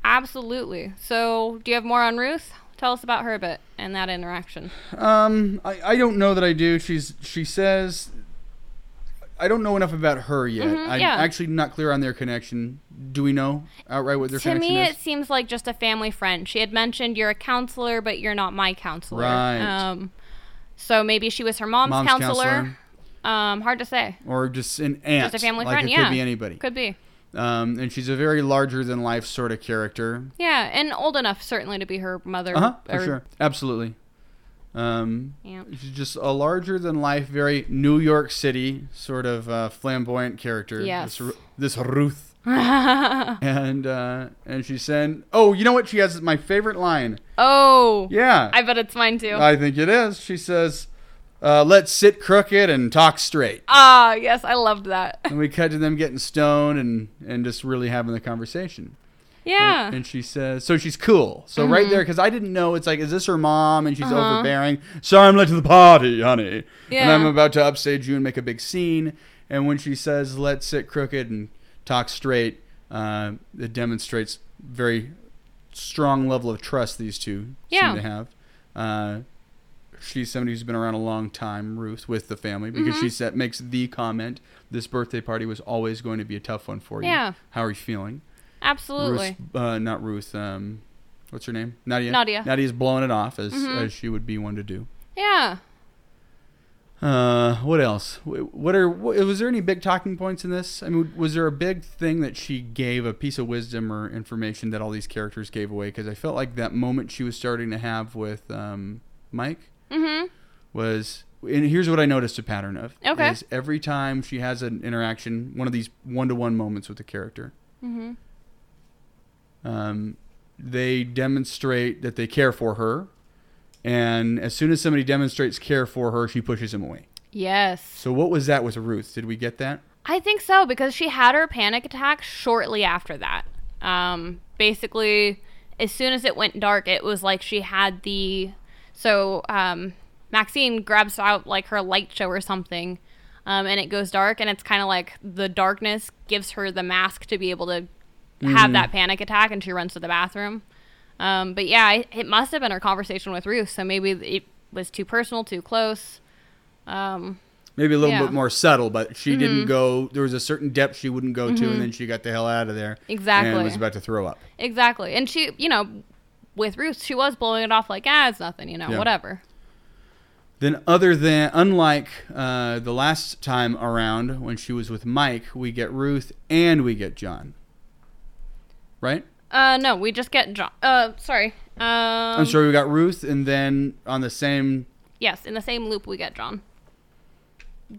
S2: Absolutely. So, do you have more on Ruth? Tell us about her a bit and that interaction.
S1: Um, I, I don't know that I do. She's she says I don't know enough about her yet. I'm
S2: Mm-hmm, yeah.
S1: actually not clear on their connection. Do we know outright what their
S2: to
S1: connection
S2: me,
S1: is?
S2: it seems like just a family friend. She had mentioned you're a counselor, but you're not my counselor.
S1: Right.
S2: Um, so maybe she was her mom's,
S1: Mom's
S2: counselor. Um, hard to say.
S1: or just an aunt.
S2: Just a family
S1: like
S2: friend.
S1: It
S2: yeah.
S1: could be anybody.
S2: Could be.
S1: Um, and she's a very larger than life sort of character.
S2: Yeah, and old enough certainly to be her mother.
S1: Uh huh. For
S2: or-
S1: sure. Absolutely. Um,
S2: Yeah.
S1: she's just a larger than life, very New York City sort of uh, flamboyant character.
S2: Yes.
S1: This, Ru- this Ruth. and uh, and she said, "Oh, you know what? She has my favorite line.
S2: Oh,
S1: Yeah,
S2: I bet it's mine too.
S1: I think it is. She says, uh, let's sit crooked and talk straight.
S2: Ah, yes, I loved that.
S1: And we cut to them getting stoned and, and just really having the conversation.
S2: Yeah. Mm-hmm.
S1: And she says, so she's cool. So right there, because I didn't know, it's like, is this her mom? And she's overbearing. Sorry, I'm late to the party, honey. And
S2: Uh-huh. Yeah.
S1: I'm about to upstage you and make a big scene. And when she says, let's sit crooked and talk straight, uh, it demonstrates very strong level of trust these two
S2: Yeah.
S1: seem to have. Uh, she's somebody who's been around a long time, Ruth, with the family, because
S2: Mm-hmm.
S1: she said, makes the comment, this birthday party was always going to be a tough one for you.
S2: Yeah.
S1: How are you feeling?
S2: Absolutely.
S1: Ruth, uh, not Ruth. Um, what's her name? Nadia.
S2: Nadia.
S1: Nadia's blowing it off as
S2: Mhm.
S1: as she would be one to do.
S2: Yeah.
S1: Uh, what else? Wh- What are? What, was there any big talking points in this? I mean, was there a big thing that she gave a piece of wisdom or information that all these characters gave away? Because I felt like that moment she was starting to have with um, Mike
S2: Mm-hmm.
S1: was. And here's what I noticed a pattern of.
S2: Okay.
S1: Is every time she has an interaction, one of these one-to-one moments with the character,
S2: Mm-hmm.
S1: um, they demonstrate that they care for her and as soon as somebody demonstrates care for her she pushes him away
S2: Yes.
S1: so what was that with ruth did we get that
S2: I think so because she had her panic attack shortly after that. Um, basically, as soon as it went dark, it was like she had the. So um, Maxine grabs out like her light show or something, um, and it goes dark, and it's kind of like the darkness gives her the mask to be able to have that panic attack, and she runs to the bathroom. Um, but yeah, it, it must have been her conversation with Ruth, so maybe it was too personal, too close. Um,
S1: maybe a little
S2: Yeah. Mm-hmm.
S1: bit more subtle but she didn't go there was a certain depth she wouldn't go to and then she got the hell out of there and
S2: Exactly.
S1: was about to throw up
S2: Exactly. And she, you know, with Ruth, she was blowing it off like, ah, it's nothing, you know,
S1: Yeah.
S2: whatever.
S1: then other than unlike uh, the last time around when she was with mike we get ruth and we get john right
S2: Uh, no, we just get John. Uh, sorry. Um,
S1: i'm sorry we got ruth and then on the same
S2: Yes, in the same loop we get John.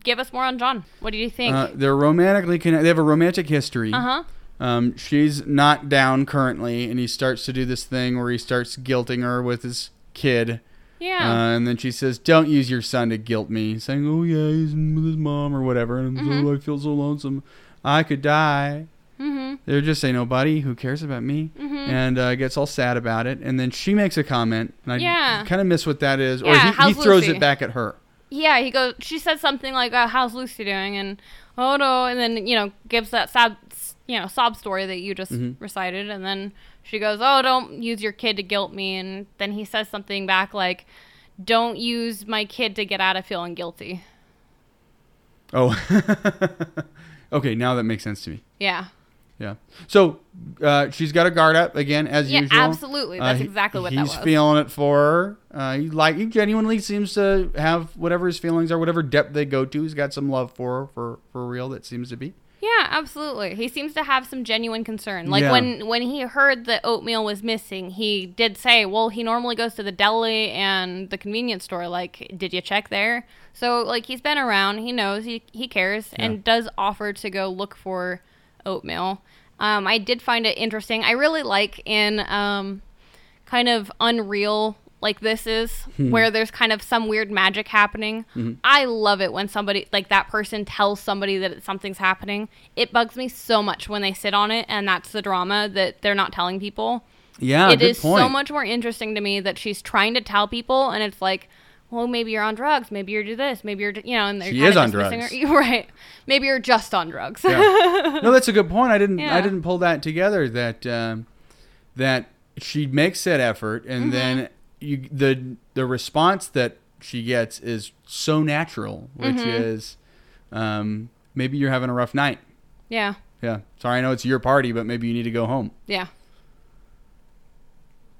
S2: Give us more on John. What do you think?
S1: Uh, they're romantically connected. They have a romantic history.
S2: Uh-huh.
S1: Um, she's not down currently, and he starts to do this thing where he starts guilting her with his kid.
S2: yeah.
S1: Uh, and then she says, "Don't use your son to guilt me," saying, "Oh yeah, he's with his mom or whatever." And I'm so, I feel so lonesome. I could die.
S2: mm-hmm.
S1: There just ain't nobody who cares about me, and uh, gets all sad about it. And then she makes a comment, and I
S2: Yeah.
S1: kind of miss what that is,
S2: Yeah,
S1: or he, he
S2: how's
S1: throws
S2: Lucy?
S1: it back at her.
S2: Yeah, he goes, she said something like, oh, how's Lucy doing? And, oh no. And then, you know, gives that sad, you know, sob story that you just recited. And then she goes, oh, don't use your kid to guilt me. And then he says something back like, don't use my kid to get out of feeling guilty.
S1: Oh, okay, now that makes sense to me.
S2: Yeah.
S1: Yeah. So uh, she's got a guard up again, as
S2: Yeah,
S1: usual. Uh,
S2: absolutely. That's
S1: he-
S2: exactly what that
S1: he's
S2: was.
S1: feeling it for her. Uh, he like he genuinely seems to have whatever his feelings are, whatever depth they go to. He's got some love for her for for real. That seems to be.
S2: Yeah, absolutely. He seems to have some genuine concern. Like
S1: Yeah.
S2: when when he heard that oatmeal was missing, he did say, "Well, he normally goes to the deli and the convenience store. Like, did you check there?" So like he's been around. He knows. He he cares and does offer to go look for oatmeal. Um, I did find it interesting. I really like in um, kind of unreal like this is
S1: Hmm.
S2: where there's kind of some weird magic happening.
S1: Mm-hmm.
S2: I love it when somebody like that person tells somebody that something's happening. It bugs me so much when they sit on it and that's the drama that they're not telling people.
S1: Yeah,
S2: it
S1: Ah, good
S2: is
S1: point.
S2: so much more interesting to me that she's trying to tell people and it's like well, maybe you're on drugs. Maybe you're do this. Maybe you're, do-" you know, and they're
S1: She
S2: kinda
S1: is on
S2: dismissing
S1: drugs.
S2: her. right? Maybe you're just on drugs.
S1: Yeah. No, that's a good point. I didn't I
S2: Yeah.
S1: didn't pull that together. That um, that she makes that effort, and
S2: Mm-hmm.
S1: then you the the response that she gets is so natural, which
S2: Mm-hmm.
S1: is um, maybe you're having a rough night.
S2: yeah,
S1: Yeah. Sorry, I know it's your party, but maybe you need to go home.
S2: yeah,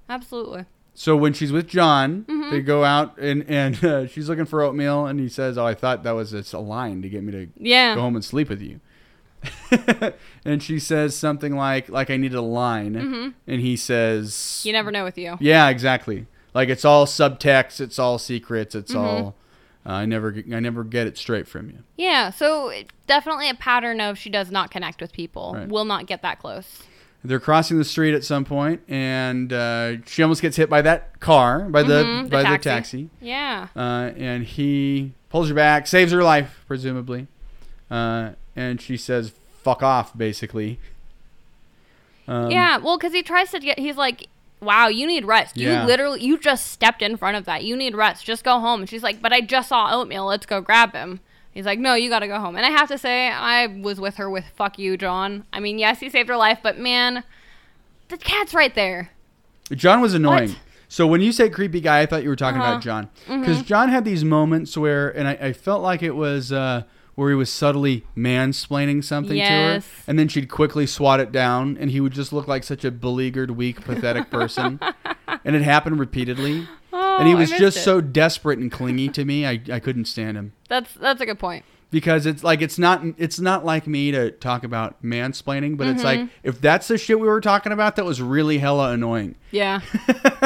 S2: absolutely.
S1: So when she's with John,
S2: Mm-hmm.
S1: they go out and and uh, she's looking for oatmeal, and he says, "Oh, I thought that was just a line to get me to
S2: Yeah,
S1: go home and sleep with you." and she says something like, "Like I needed a line," and he says,
S2: Mm-hmm. you never know with you.
S1: "Yeah, exactly. Like it's all subtext, it's all secrets, it's
S2: Mm-hmm.
S1: all." Uh, I never, g- I never get it straight from you.
S2: Yeah, so it- definitely a pattern of she does not connect with people,
S1: Right.
S2: will not get that close.
S1: They're crossing the street at some point, and uh, she almost gets hit by that car, by the
S2: Mhm, the
S1: by the
S2: taxi.
S1: taxi.
S2: Yeah.
S1: Uh, and he pulls her back, saves her life, presumably. Uh, and she says, "Fuck off," basically. Um,
S2: yeah. Well, because he tries to get, he's like, wow, you need rest.
S1: Yeah.
S2: You literally, you just stepped in front of that. You need rest. Just go home. And she's like, but I just saw oatmeal. Let's go grab him. He's like, no, you got to go home. And I have to say, I was with her with fuck you, John. I mean, yes, he saved her life, but man, the cat's right there.
S1: John was annoying.
S2: What?
S1: So when you said creepy guy, I thought you were talking
S2: Uh-huh.
S1: about John because John had these moments where, and I, I felt like it was uh, where he was subtly mansplaining something
S2: Yes.
S1: to her, and then she'd quickly swat it down, and he would just look like such a beleaguered, weak, pathetic person. and it happened repeatedly,
S2: Oh,
S1: and he
S2: I
S1: was
S2: missed
S1: just
S2: it.
S1: so desperate and clingy to me. I, I couldn't stand him
S2: That's that's a good point.
S1: because it's like it's not it's not like me to talk about mansplaining, but it's like if that's the shit we were talking about, that was really hella annoying.
S2: Yeah,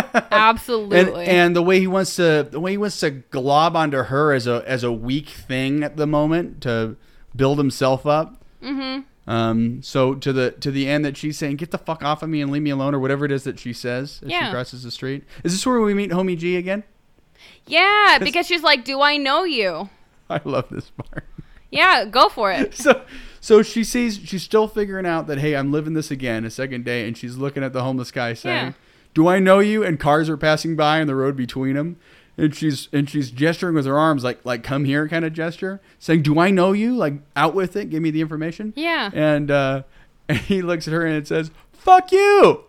S1: and,
S2: absolutely.
S1: and the way he wants to the way he wants to glob onto her as a as a weak thing at the moment to build himself up mm-hmm. um so to the to the end that she's saying get the fuck off of me and leave me alone or whatever it is that she says as
S2: Yeah.
S1: she crosses the street is this where we meet homie g again
S2: yeah, because she's like, do I know you?
S1: i love this part
S2: Yeah, go for it.
S1: so so she sees she's still figuring out that hey i'm living this again a second day and she's looking at the homeless guy saying
S2: Yeah.
S1: do i know you and cars are passing by on the road between them and she's and she's gesturing with her arms like like come here kind of gesture saying do i know you like out with it give me the information
S2: Yeah.
S1: and uh and he looks at her and it says fuck you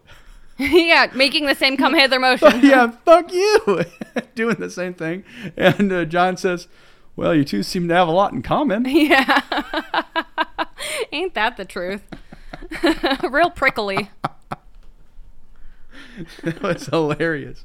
S2: yeah, making the same come hither motion.
S1: yeah fuck you doing the same thing and uh, john says well you two seem to have a lot in common
S2: Yeah. Ain't that the truth? Real prickly.
S1: that was hilarious.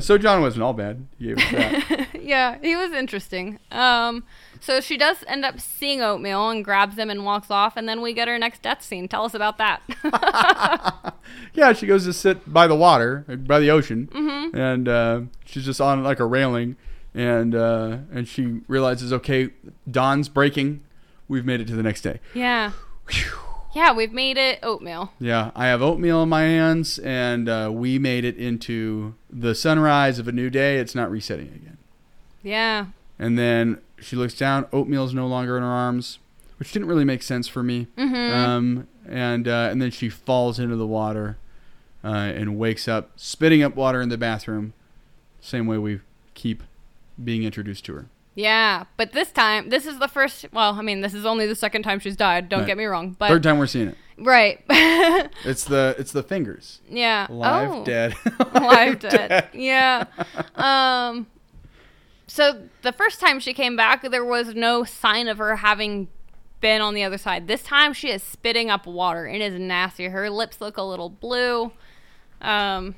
S1: so John wasn't all bad. He gave us that.
S2: yeah, he was interesting. Um, so she does end up seeing oatmeal and grabs him and walks off, and then we get our next death scene. Tell us about that.
S1: yeah, she goes to sit by the water, by the ocean, and uh, she's just on like a railing, and uh, and she realizes, okay, dawn's breaking. We've made it to the next day.
S2: yeah.
S1: Phew.
S2: Yeah, we've made it oatmeal.
S1: Yeah, I have oatmeal in my hands, and uh, we made it into the sunrise of a new day. It's not resetting again.
S2: Yeah.
S1: And then she looks down. Oatmeal's no longer in her arms, which didn't really make sense for me.
S2: Mm-hmm.
S1: Um, and uh, and then she falls into the water, uh, and wakes up spitting up water in the bathroom, same way we keep being introduced to her.
S2: Yeah. But this time, this is the first, well, I mean, this is only the second time she's died. Don't
S1: Right.
S2: get me wrong. But,
S1: Third time we're seeing it.
S2: right.
S1: It's the it's the fingers
S2: yeah.
S1: live
S2: oh.
S1: dead.
S2: live dead. Yeah. Um. So the first time she came back, there was no sign of her having been on the other side. This time, she is spitting up water. It is nasty. Her lips look a little blue. Um.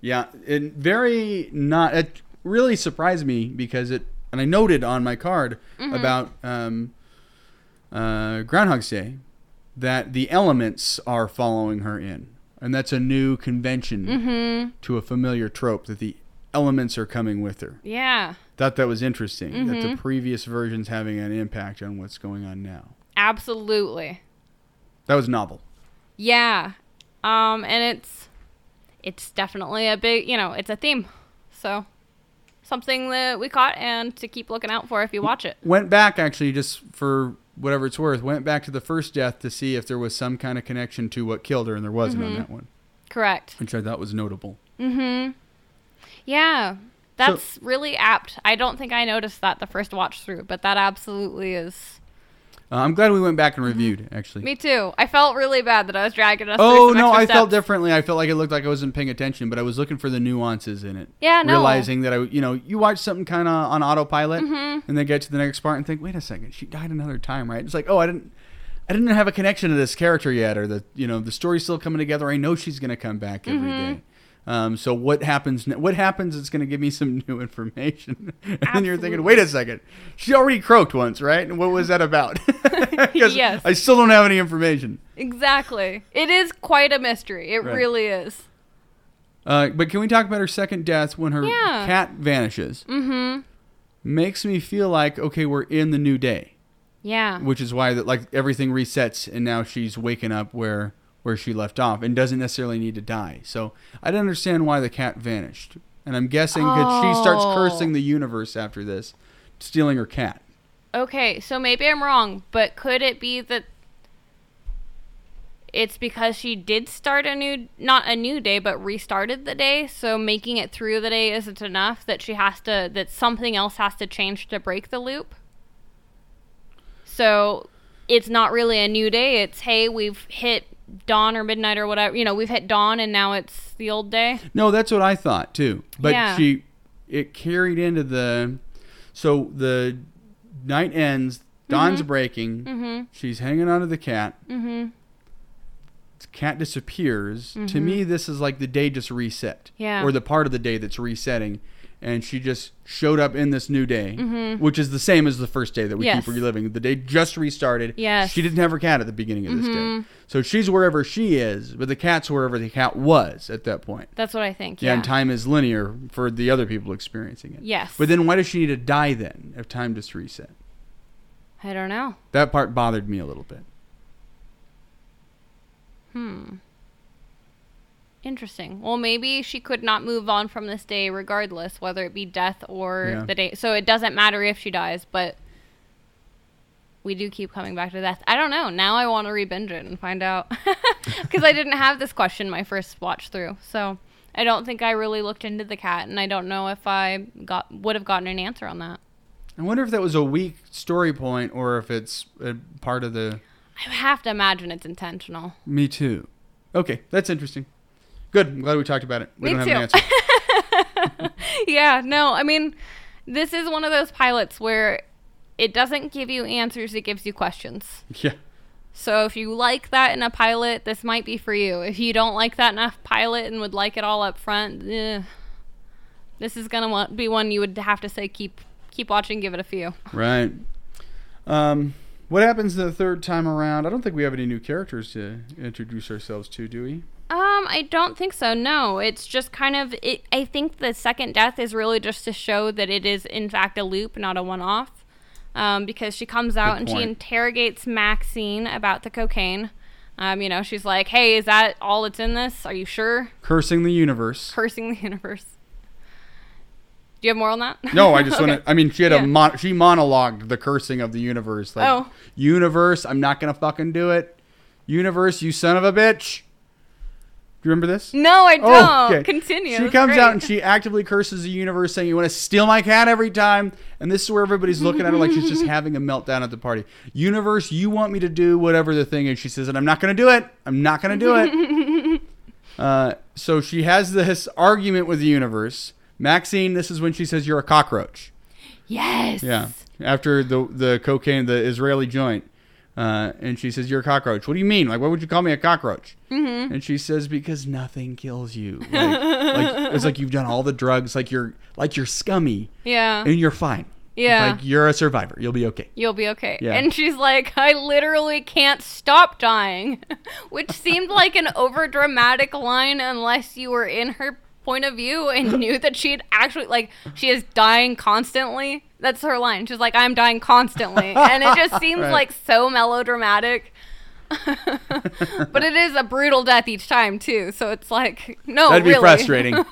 S1: Yeah, and very not. It really surprised me because it, and I noted on my card about um, uh, Groundhog's Day that the elements are following her in, and that's a new convention to a familiar trope that the elements are coming with her.
S2: Yeah.
S1: Thought that was interesting that the previous version's having an impact on what's going on now.
S2: Absolutely.
S1: That was novel.
S2: Yeah. Um. And it's it's definitely a big. You know, it's a theme. So something that we caught and to keep looking out for if you watch it.
S1: went back actually just for whatever it's worth went back to the first death to see if there was some kind of connection to what killed her and there wasn't on that one
S2: Correct.
S1: which i thought was notable
S2: Yeah. That's really apt. I don't think I noticed that the first watch through, but that absolutely is.
S1: uh, i'm glad we went back and reviewed actually
S2: Me too. I felt really bad that I was dragging us. through
S1: oh
S2: some
S1: no
S2: extra
S1: i felt
S2: steps.
S1: differently i felt like it looked like i wasn't paying attention but i was looking for the nuances in it
S2: Yeah, no.
S1: realizing that i you know you watch something kind of on autopilot
S2: Mm-hmm.
S1: and then get to the next part and think wait a second she died another time right it's like oh i didn't I didn't have a connection to this character yet, or the you know the story's still coming together. I know she's going to come back every day.
S2: Mm-hmm.
S1: Um, so what happens? ne- What happens? It's going to give me some new information, and then you're thinking,
S2: Absolutely.
S1: wait a second, she already croaked once, right? And what was that about? 'Cause
S2: Yes.
S1: I still don't have any information.
S2: Exactly. It is quite a mystery. It
S1: Right.
S2: really is.
S1: Uh, but can we talk about her second death when her
S2: Yeah.
S1: cat vanishes? Mm-hmm. Makes me feel like okay, we're in the new day.
S2: Yeah.
S1: which is why that like everything resets and now she's waking up where where she left off and doesn't necessarily need to die so i don't understand why the cat vanished and i'm guessing that she starts
S2: Oh.
S1: cursing the universe after this stealing her cat
S2: Okay, so maybe I'm wrong, but could it be that it's because she did start a new not a new day, but restarted the day, so making it through the day isn't enough that she has to that something else has to change to break the loop. So it's not really a new day, it's hey, we've hit dawn or midnight or whatever, you know, we've hit dawn and now it's the old day.
S1: no that's what i thought too but
S2: Yeah.
S1: she it carried into the so the night ends
S2: Mm-hmm.
S1: dawn's breaking
S2: Mhm.
S1: she's hanging onto the cat
S2: Mhm.
S1: the cat disappears. To me, this is like the day just reset.
S2: Mm-hmm. Yeah.
S1: Or the part of the day that's resetting. And she just showed up in this new day, which is the same as the first day that we
S2: Mm-hmm. Yes.
S1: keep reliving. The day just restarted.
S2: Yes. Mm-hmm.
S1: She didn't have her cat at the beginning of this day. So she's wherever she is, but the cat's wherever the cat was at that point.
S2: That's what I think.
S1: Yeah.
S2: Yeah.
S1: And time is linear for the other people experiencing it.
S2: Yes.
S1: But then why does she need to die then if time just reset?
S2: I don't know.
S1: That part bothered me a little bit.
S2: Hmm. Interesting. Well, maybe she could not move on from this day, regardless whether it be death or
S1: Yeah.
S2: the day. So it doesn't matter if she dies, but we do keep coming back to death. I don't know. Now I want to rebinge it and find out because I didn't have this question my first watch through. So I don't think I really looked into the cat, and I don't know if I got would have gotten an answer on that.
S1: I wonder if that was a weak story point or if it's a part of the
S2: I have to imagine it's intentional.
S1: Me too. Okay, that's interesting. Good. I'm glad we talked about it. We
S2: Me
S1: don't
S2: too.
S1: have an answer.
S2: yeah, no, I mean, this is one of those pilots where it doesn't give you answers, it gives you questions.
S1: yeah.
S2: So if you like that in a pilot, this might be for you. If you don't like that enough pilot and would like it all up front, eh, this is gonna wa- be one you would have to say keep keep watching, give it a few.
S1: Right. Um, what happens the third time around? I don't think we have any new characters to introduce ourselves to, do we?
S2: Um, I don't think so. No, it's just kind of. It, I think the second death is really just to show that it is in fact a loop, not a one-off, um, because she comes out and she
S1: point.
S2: interrogates Maxine about the cocaine. Um, you know, she's like, "Hey, is that all that's in this? Are you sure?"
S1: Cursing the universe.
S2: Cursing the universe. Do you have more on that?
S1: No, I just
S2: Okay.
S1: want to. I mean, she had
S2: Yeah.
S1: a mon- she monologued the cursing of the universe. Like,
S2: Oh.
S1: universe, I'm not gonna fucking do it. Universe, you son of a bitch. Do you remember this?
S2: No, I don't.
S1: Oh, okay.
S2: Continue.
S1: She
S2: That's
S1: comes out
S2: great.
S1: and she actively curses the universe, saying, "You want to steal my cat every time." And this is where everybody's looking at her like she's just having a meltdown at the party. Universe, you want me to do whatever the thing is. She says, "And I'm not going to do it. I'm not going to do it." uh, so she has this argument with the universe. Maxine, this is when she says, "You're a cockroach."
S2: Yes.
S1: Yeah. After the the cocaine, the Israeli joint. Uh, and she says, "You're a cockroach." What do you mean? Like, why would you call me a cockroach? Mm-hmm. And she says, "Because nothing kills you. Like, like, it's like you've done all the drugs. Like you're like you're scummy,
S2: Yeah.
S1: and you're fine.
S2: Yeah.
S1: like you're a survivor. You'll be okay."
S2: You'll be okay.
S1: Yeah.
S2: And she's like, I literally can't stop dying, which seemed like an overdramatic line unless you were in her point of view and knew that she'd actually, like, she is dying constantly. That's her line. She's like, I'm dying constantly. And it just seems
S1: Right.
S2: like so melodramatic. but it is a brutal death each time, too. So it's like, no,
S1: That'd be
S2: really.
S1: frustrating.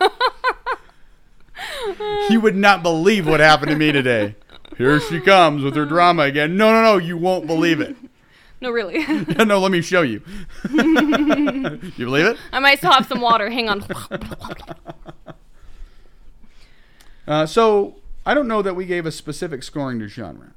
S1: you would not believe what happened to me today. Here she comes with her drama again. No, no, no. You won't believe it.
S2: no, really.
S1: no, let me show you. you believe it?
S2: I might still have some water. Hang on.
S1: Uh, so I don't know that we gave a specific scoring to genre.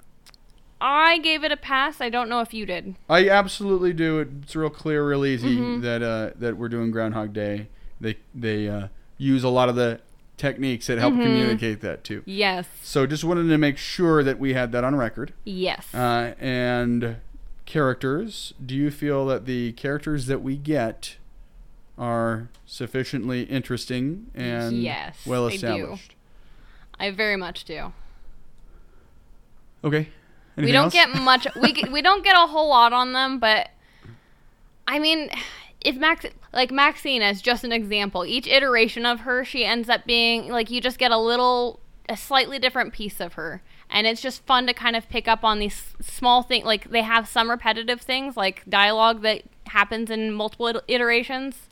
S2: I gave it a pass. I don't know if you did.
S1: I absolutely do. It's real clear, real easy
S2: Mm-hmm.
S1: that uh, that we're doing Groundhog Day. They they uh, use a lot of the techniques that
S2: Mm-hmm.
S1: help communicate that too.
S2: Yes.
S1: So just wanted to make sure that we had that on record.
S2: Yes.
S1: Uh, and characters, do you feel that the characters that we get are sufficiently interesting and
S2: Yes, I do.
S1: well established?
S2: I very much do.
S1: Okay.
S2: we
S1: Anything
S2: don't
S1: else?
S2: get much. We g- we don't get a whole lot on them, but I mean, if Max like Maxine as just an example, each iteration of her, she ends up being like you just get a little, a slightly different piece of her, and it's just fun to kind of pick up on these small things like they have some repetitive things like dialogue that happens in multiple it- iterations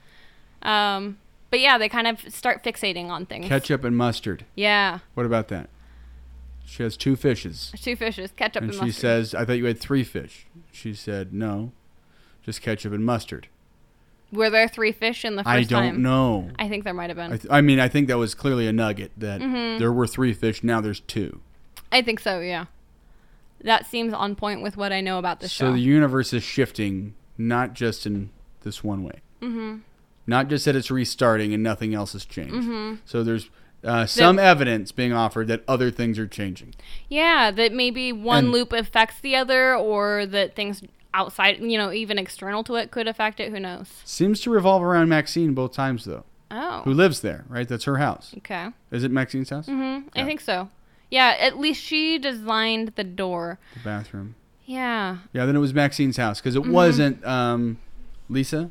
S2: um, but yeah they kind of start fixating on things
S1: Ketchup and mustard.
S2: yeah
S1: What about that? She has two fishes.
S2: two fishes ketchup
S1: And
S2: and
S1: she
S2: mustard
S1: says, I thought you had three fish. She said, no, just ketchup and mustard.
S2: were there three fish in the first
S1: I don't
S2: time?
S1: know.
S2: i think there might have been
S1: I, th- I mean, I think that was clearly a nugget that
S2: Mm-hmm.
S1: there were three fish, now there's two.
S2: i think so yeah that seems on point with what i know about the
S1: So
S2: show
S1: the universe is shifting, not just in this one way. Mm-hmm. Not just that it's restarting and nothing else has changed.
S2: Mm-hmm.
S1: So there's uh, some evidence being offered that other things are changing.
S2: Yeah, that maybe one
S1: And-
S2: loop affects the other, or that things outside, you know, even external to it could affect it. Who knows?
S1: Seems to revolve around Maxine both times, though. Who
S2: Oh,
S1: lives there, right? That's her house.
S2: okay.
S1: Is it Maxine's house?
S2: hmm
S1: Yeah.
S2: I think so. Yeah, at least she designed the door.
S1: The bathroom.
S2: Yeah.
S1: Yeah, then it was Maxine's house because it wasn't um, Lisa.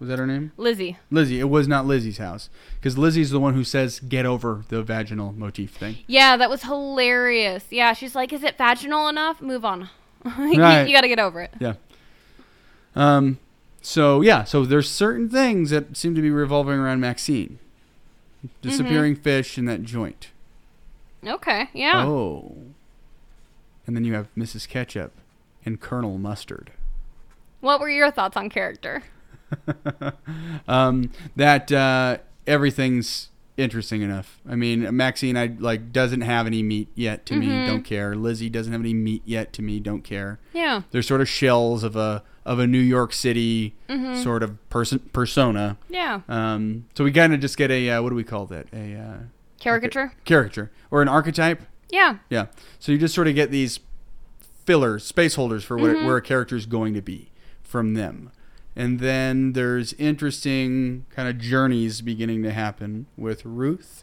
S1: Was that her name?
S2: Lizzie.
S1: Lizzie. It was not Lizzie's house because Lizzie's the one who says, "Get over the vaginal motif thing."
S2: Yeah, that was hilarious. Yeah, she's like, is it vaginal enough? Move on. You-
S1: Right.
S2: you, got to get over it.
S1: Yeah. Um. So yeah, so there's certain things that seem to be revolving around Maxine, disappearing fish in that joint.
S2: Okay. Yeah.
S1: Oh. And then you have Mrs. Ketchup and Colonel Mustard.
S2: What were your thoughts on character?
S1: um, that uh, everything's interesting enough. I mean, Maxine, I like doesn't have any meat yet to me. Don't care. Lizzie doesn't have any meat yet to me. Don't care.
S2: Yeah.
S1: They're sort of shells of a of a New York City sort of person persona.
S2: Yeah.
S1: Um, so we kind of just get a uh, what do we call that? A uh,
S2: Caricature.
S1: caricature or an archetype.
S2: Yeah.
S1: Yeah. So you just sort of get these fillers, space holders for what, where a character is going to be from them. And then there's interesting kind of journeys beginning to happen with Ruth,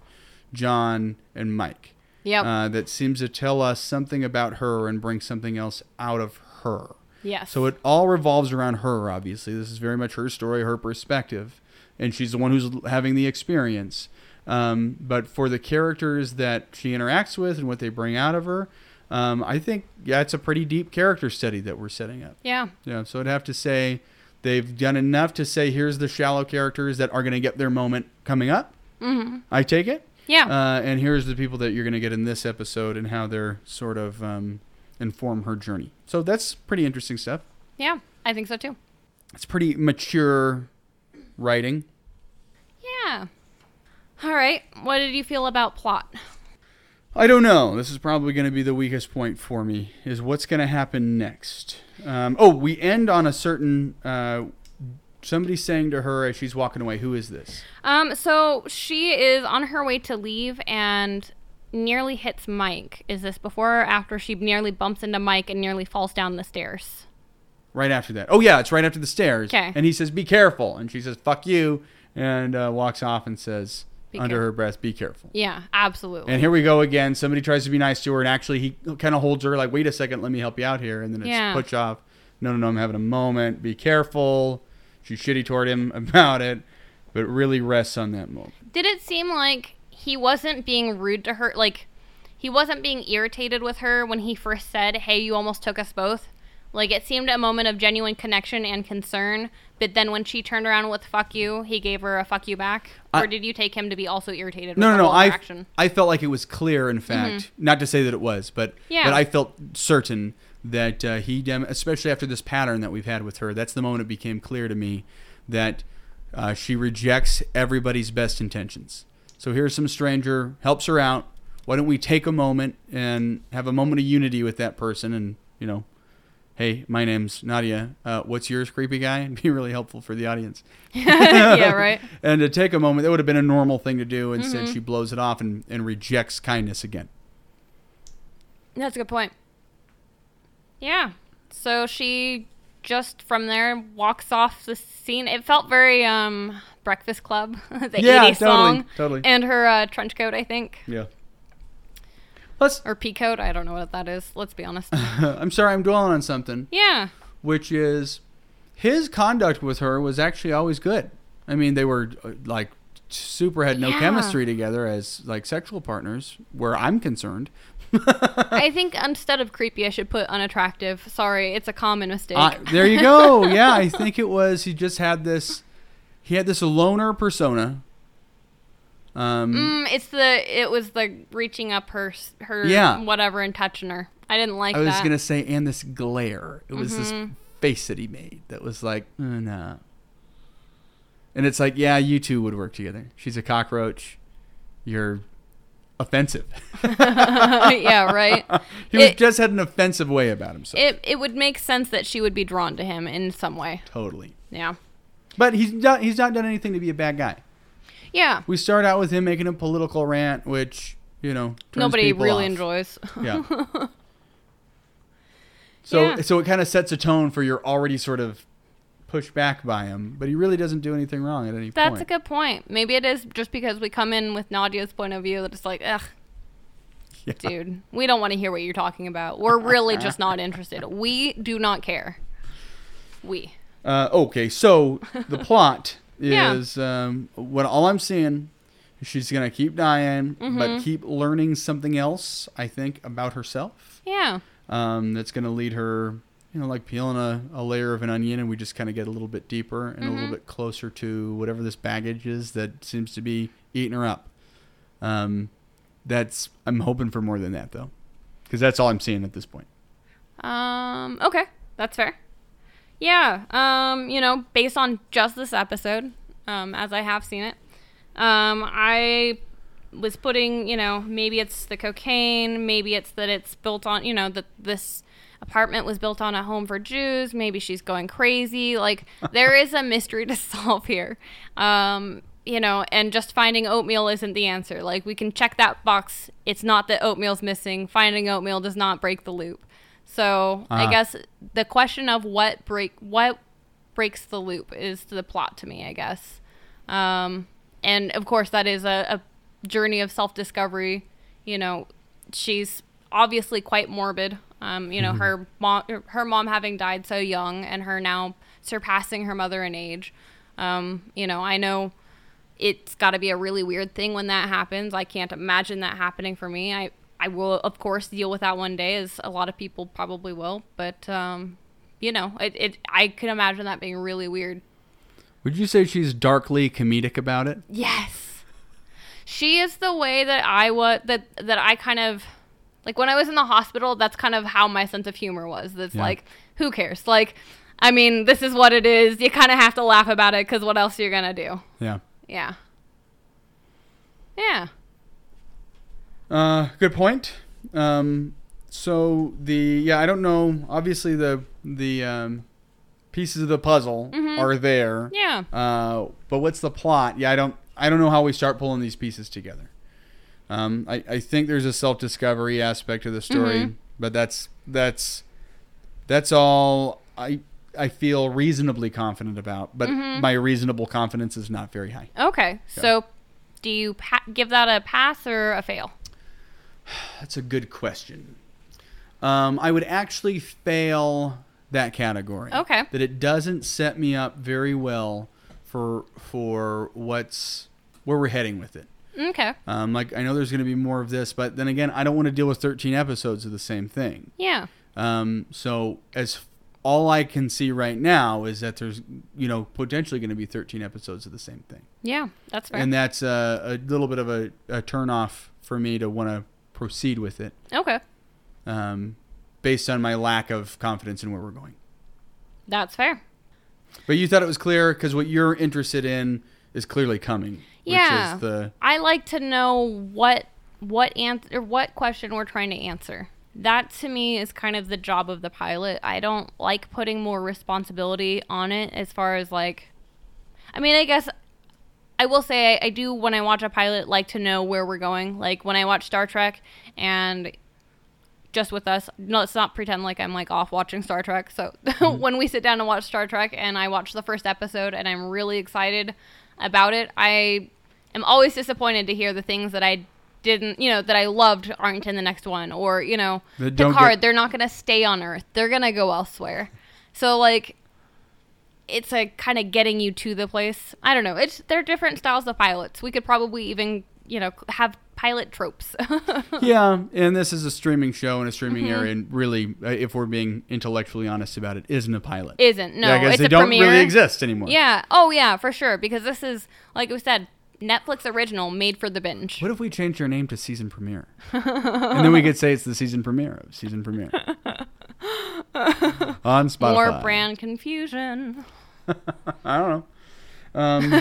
S1: John, and Mike
S2: Yep.
S1: uh, that seems to tell us something about her and bring something else out of her.
S2: yes.
S1: So it all revolves around her, obviously. This is very much her story, her perspective, and she's the one who's l- having the experience. Um, but for the characters that she interacts with and what they bring out of her, um, I think yeah, it's a pretty deep character study that we're setting up.
S2: yeah.
S1: Yeah, so I'd have to say they've done enough to say here's the shallow characters that are going to get their moment coming up. Mm-hmm. I take it.
S2: Yeah.
S1: Uh, and here's the people that you're going to get in this episode and how they're sort of um, inform her journey. So that's pretty interesting stuff.
S2: yeah. I think so too.
S1: It's pretty mature writing.
S2: Yeah. All right. What did you feel about plot?
S1: I don't know. This is probably going to be the weakest point for me. Is what's going to happen next? Um, oh, we end on a certain uh, somebody saying to her as she's walking away, "Who is this?"
S2: Um, so she is on her way to leave and nearly hits Mike. Is this before or after she nearly bumps into Mike and nearly falls down the stairs?
S1: Right after that. Oh yeah, it's right after the stairs.
S2: 'Kay.
S1: And he says, "Be careful," and she says, "Fuck you," and uh, walks off and says
S2: Be
S1: under
S2: careful.
S1: her breath, "Be careful."
S2: Yeah, absolutely.
S1: And here we go again. Somebody tries to be nice to her, and actually he kind of holds her like, "Wait a second, let me help you out here." And then it's
S2: Yeah.
S1: push off. No, no, no, I'm having a moment. Be careful. She's shitty toward him about it, but it really rests on that moment.
S2: Did it seem like he wasn't being rude to her? Like he wasn't being irritated with her when he first said, "Hey, you almost took us both." Like it seemed a moment of genuine connection and concern, but then when she turned around with "fuck you," he gave her a "fuck you" back.
S1: I-
S2: or did you take him to be also irritated?
S1: No,
S2: with the
S1: no, no.
S2: whole
S1: I
S2: interaction?
S1: I felt like it was clear. In fact, not to say that it was, but
S2: Yeah.
S1: but I felt certain that uh, he, dem- especially after this pattern that we've had with her, that's the moment it became clear to me that uh, she rejects everybody's best intentions. So here's some stranger helps her out. Why don't we take a moment and have a moment of unity with that person? And you know, hey, my name's Nadia. Uh, what's yours, creepy guy? And be really helpful for the audience
S2: yeah, right.
S1: and to take a moment, that would have been a normal thing to do. Instead,
S2: Mm-hmm.
S1: she blows it off and, and rejects kindness again.
S2: That's a good point. Yeah. So she just from there walks off the scene. It felt very um Breakfast Club, the
S1: Yeah,
S2: 80s song.
S1: totally, totally.
S2: And her uh, trench coat, I think.
S1: Yeah. Let's.
S2: Or pea coat, I don't know what that is. Let's be honest.
S1: I'm sorry, I'm dwelling on something,
S2: yeah.
S1: which is his conduct with her was actually always good. I mean, they were uh, like super had no
S2: Yeah.
S1: chemistry together as like sexual partners, where I'm concerned.
S2: I think instead of creepy, I should put unattractive. Sorry, it's a common mistake.
S1: I, there you go. Yeah, I think it was. He just had this. He had this loner persona. Um,
S2: Mm, it's the it was the reaching up her s- her
S1: Yeah.
S2: whatever and touching her. I didn't like
S1: I was
S2: that. Mm-hmm.
S1: gonna say, and this glare. It was this face that he made that was like, mm, nah. And it's like, yeah, you two would work together. She's a cockroach. You're offensive.
S2: yeah, right.
S1: he was
S2: It-
S1: just had an offensive way about himself.
S2: It it would make sense that she would be drawn to him in some way.
S1: totally.
S2: Yeah.
S1: But he's not, he's not done anything to be a bad guy.
S2: Yeah.
S1: We start out with him making a political rant, which you know turns
S2: Nobody
S1: people
S2: really
S1: off.
S2: enjoys.
S1: Yeah. So
S2: Yeah.
S1: so it kind of sets a tone for you're already sort of pushed back by him, but he really doesn't do anything wrong at any
S2: That's
S1: point.
S2: a good point. Maybe it is just because we come in with Nadia's point of view that it's like, ugh,
S1: Yeah.
S2: dude, we don't want to hear what you're talking about. We're really just not interested. We do not care. We.
S1: Uh, okay, so the plot
S2: Yeah.
S1: is um, what all I'm seeing. is She's gonna keep dying,
S2: Mm-hmm.
S1: but keep learning something else. I think about herself.
S2: Yeah.
S1: Um, that's gonna lead her, you know, like peeling a, a layer of an onion, and we just kind of get a little bit deeper and a little bit closer to whatever this baggage is that seems to be eating her up. Um, that's I'm hoping for more than that though, because that's all I'm seeing at this point.
S2: Um, okay. That's fair. Yeah. Um, you know, based on just this episode, um, as I have seen it, um, I was putting, you know, maybe it's the cocaine, maybe it's that it's built on, you know, that this apartment was built on a home for Jews, maybe she's going crazy. Like, there is a mystery to solve here. Um, you know, and just finding oatmeal isn't the answer. Like, we can check that box. It's not that oatmeal's missing. Finding oatmeal does not break the loop. So,
S1: Ah.
S2: I guess the question of what break what breaks the loop is the plot to me, I guess. Um, and of course, that is a, a journey of self discovery. You know, she's obviously quite morbid. Um, you know, her mom, her mom having died so young, and her now surpassing her mother in age. Um, you know, I know it's got to be a really weird thing when that happens. I can't imagine that happening for me. I I will of course deal with that one day, as a lot of people probably will. But um, you know, it, it I can imagine that being really weird.
S1: Would you say she's darkly comedic about it?
S2: Yes. She is the way that I was that that I kind of like when I was in the hospital, that's kind of how my sense of humor was. That's
S1: Yeah.
S2: like who cares? Like I mean, this is what it is. You kind of have to laugh about it cuz what else are you going to do?
S1: Yeah.
S2: Yeah. Yeah.
S1: Uh, good point. Um, so the yeah, I don't know. Obviously, the the um, pieces of the puzzle are there.
S2: Yeah.
S1: Uh, but what's the plot? Yeah, I don't I don't know how we start pulling these pieces together. Um, I, I think there's a self discovery aspect of the story, but that's that's that's all I I feel reasonably confident about. But my reasonable confidence is not very high.
S2: Okay. So do you pa- give that a pass or a fail?
S1: That's a good question. Um, I would actually fail that category.
S2: Okay.
S1: That it doesn't set me up very well for for what's where we're heading with it.
S2: Okay.
S1: Um, like I know there's going to be more of this, but then again, I don't want to deal with 13 episodes of the same thing.
S2: Yeah.
S1: Um, so as all I can see right now is that there's you know potentially going to be 13 episodes of the same thing,
S2: Yeah, that's fair.
S1: and that's a, a little bit of a, a turn off for me to want to proceed with it
S2: okay.
S1: um, based on my lack of confidence in where we're going.
S2: That's fair.
S1: But you thought it was clear because what you're interested in is clearly coming.
S2: Yeah.
S1: Which is the
S2: I like to know what what answer what question we're trying to answer. That to me is kind of the job of the pilot. I don't like putting more responsibility on it as far as like I mean, I guess I will say I, I do when I watch a pilot like to know where we're going. Like when I watch Star Trek and just with us, no, let's not pretend like I'm like off watching Star Trek. So
S1: Mm-hmm.
S2: when we sit down and watch Star Trek and I watch the first episode and I'm really excited about it, I am always disappointed to hear the things that I didn't, you know, that I loved aren't in the next one. Or, you know,
S1: That don't
S2: Picard,
S1: get-
S2: they're not going to stay on Earth. They're going to go elsewhere. So, like, it's a kind of getting you to the place. I don't know. It's they're different styles of pilots. We could probably even you know, have pilot tropes.
S1: Yeah, and this is a streaming show in a streaming
S2: Mm-hmm.
S1: area, and really, uh, if we're being intellectually honest about it, isn't a pilot.
S2: Isn't no,
S1: yeah, because
S2: it's
S1: they
S2: a
S1: don't
S2: premiere.
S1: really exist anymore.
S2: Yeah. Oh yeah, for sure. Because this is like we said, Netflix original made for the binge.
S1: What if we change your name to season premiere? and then we could say it's the season premiere of season premiere on Spotify.
S2: More brand confusion.
S1: I don't know. Um,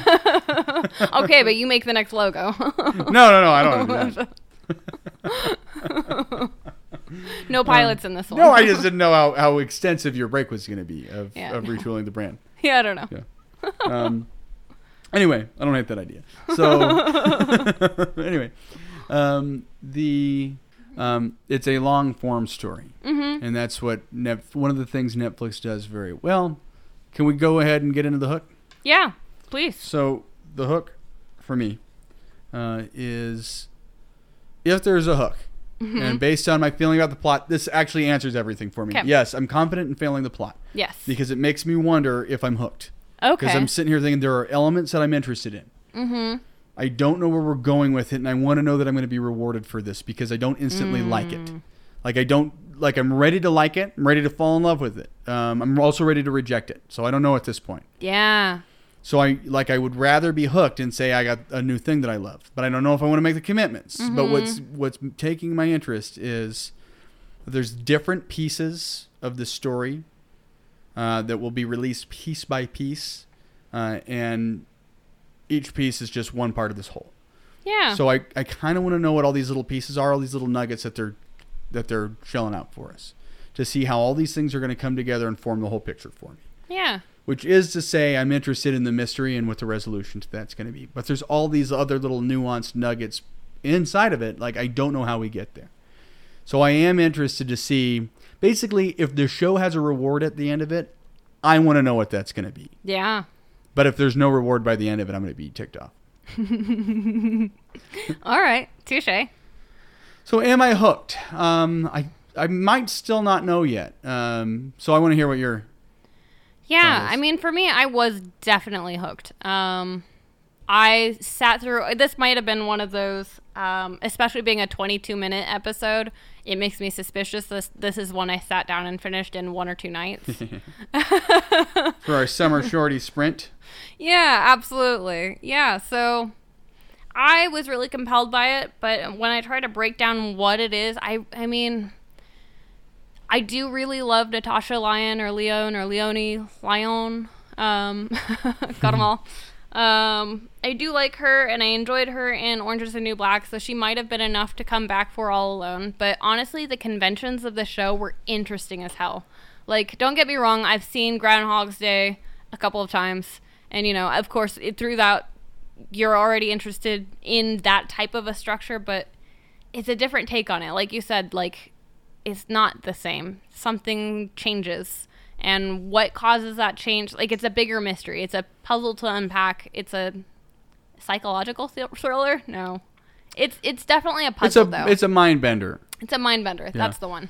S2: Okay, but you make the next logo.
S1: no, no, no. I don't. wanna do that.
S2: no pilots in this one.
S1: Um, No, I just didn't know how, how extensive your break was going to be of,
S2: Yeah,
S1: of
S2: no.
S1: retooling the brand.
S2: yeah, I don't know.
S1: Yeah. Um, anyway, I don't hate that idea. So anyway, um, the um, it's a long form story, mm-hmm. and that's what Nef- one of the things Netflix does very well. Can we go ahead and get into the hook?
S2: Yeah, please.
S1: So the hook for me uh, is if there's a hook, and based on my feeling about the plot, this actually answers everything for me.
S2: 'Kay.
S1: Yes, I'm confident in failing the plot
S2: Yes.
S1: because it makes me wonder if I'm hooked. Because
S2: Okay.
S1: I'm sitting here thinking there are elements that I'm interested in. Mm-hmm. I don't know where we're going with it, and I want to know that I'm going to be rewarded for this because I don't instantly like it. Like I don't like I'm ready to like it. I'm ready to fall in love with it. Um, I'm also ready to reject it. So I don't know at this point.
S2: yeah.
S1: So I like I would rather be hooked and say I got a new thing that I love, but I don't know if I want to make the commitments. But what's what's taking my interest is there's different pieces of the story uh, that will be released piece by piece, uh, and each piece is just one part of this whole.
S2: Yeah.
S1: So I, I kind of want to know what all these little pieces are, all these little nuggets that they're that they're shelling out for us, to see how all these things are going to come together and form the whole picture for me
S2: yeah.
S1: which is to say I'm interested in the mystery and what the resolution to that's going to be. But there's all these other little nuanced nuggets inside of it. Like I don't know how we get there. So I am interested to see basically if the show has a reward at the end of it, I want to know what that's going to be.
S2: Yeah.
S1: But if there's no reward by the end of it, I'm going to be ticked off.
S2: All right. Touche.
S1: So am I hooked? Um, I I might still not know yet. Um, so I want to hear what you're.
S2: Yeah,
S1: Dollars.
S2: I mean, for me, I was definitely hooked. Um, I sat through this. Might have been one of those, um, especially being a 22 minute episode. It makes me suspicious. This this is one I sat down and finished in one or two nights.
S1: for our summer shorty sprint.
S2: yeah, absolutely. Yeah, so I was really compelled by it, but when I try to break down what it is, I I mean. I do really love Natasha Lyon or Leon or Leone Lyon. Um, got them all. Um, I do like her, and I enjoyed her in Orange Is the New Black, so she might have been enough to come back for All Alone. But honestly, the conventions of the show were interesting as hell. Like, don't get me wrong, I've seen Groundhog's Day a couple of times, and you know, of course, it, through that, you're already interested in that type of a structure, but it's a different take on it. Like you said, like it's not the same. Something changes. And what causes that change? Like, it's a bigger mystery. It's a puzzle to unpack. It's a psychological thri- thriller. No, it's it's definitely a
S1: It's
S2: puzzle
S1: a
S2: though.
S1: it's a mind bender.
S2: it's a mind bender. That's the one.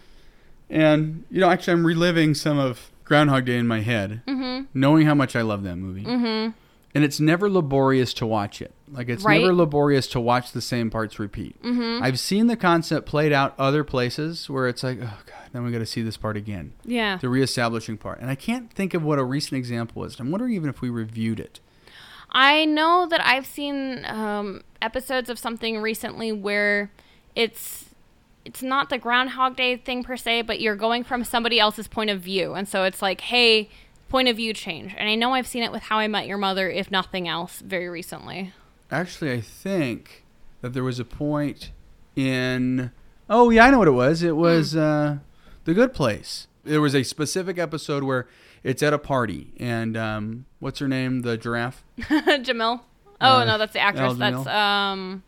S1: And you know, actually, I'm reliving some of Groundhog Day in my head, mm-hmm. knowing how much I love that movie. Mm-hmm. And it's never laborious to watch it. Like it's
S2: Right.
S1: never laborious to watch the same parts repeat. Mm-hmm. I've seen the concept played out other places where it's like, oh god, then we got to see this part again,
S2: Yeah.
S1: the reestablishing part. And I can't think of what a recent example was. I'm wondering even if we reviewed it.
S2: I know that I've seen um, episodes of something recently where it's it's not the Groundhog Day thing per se, but you're going from somebody else's point of view, and so it's like, hey, point of view change. And I know I've seen it with How I Met Your Mother, if nothing else, very recently.
S1: Actually, I think that there was a point in. Oh yeah, I know what it was. It was uh, the Good Place. There was a specific episode where it's at a party, and um, what's her name? The giraffe.
S2: Jamil. Oh
S1: Uh,
S2: no, that's the actress.
S1: Elle
S2: That's
S1: Jamil.
S2: um.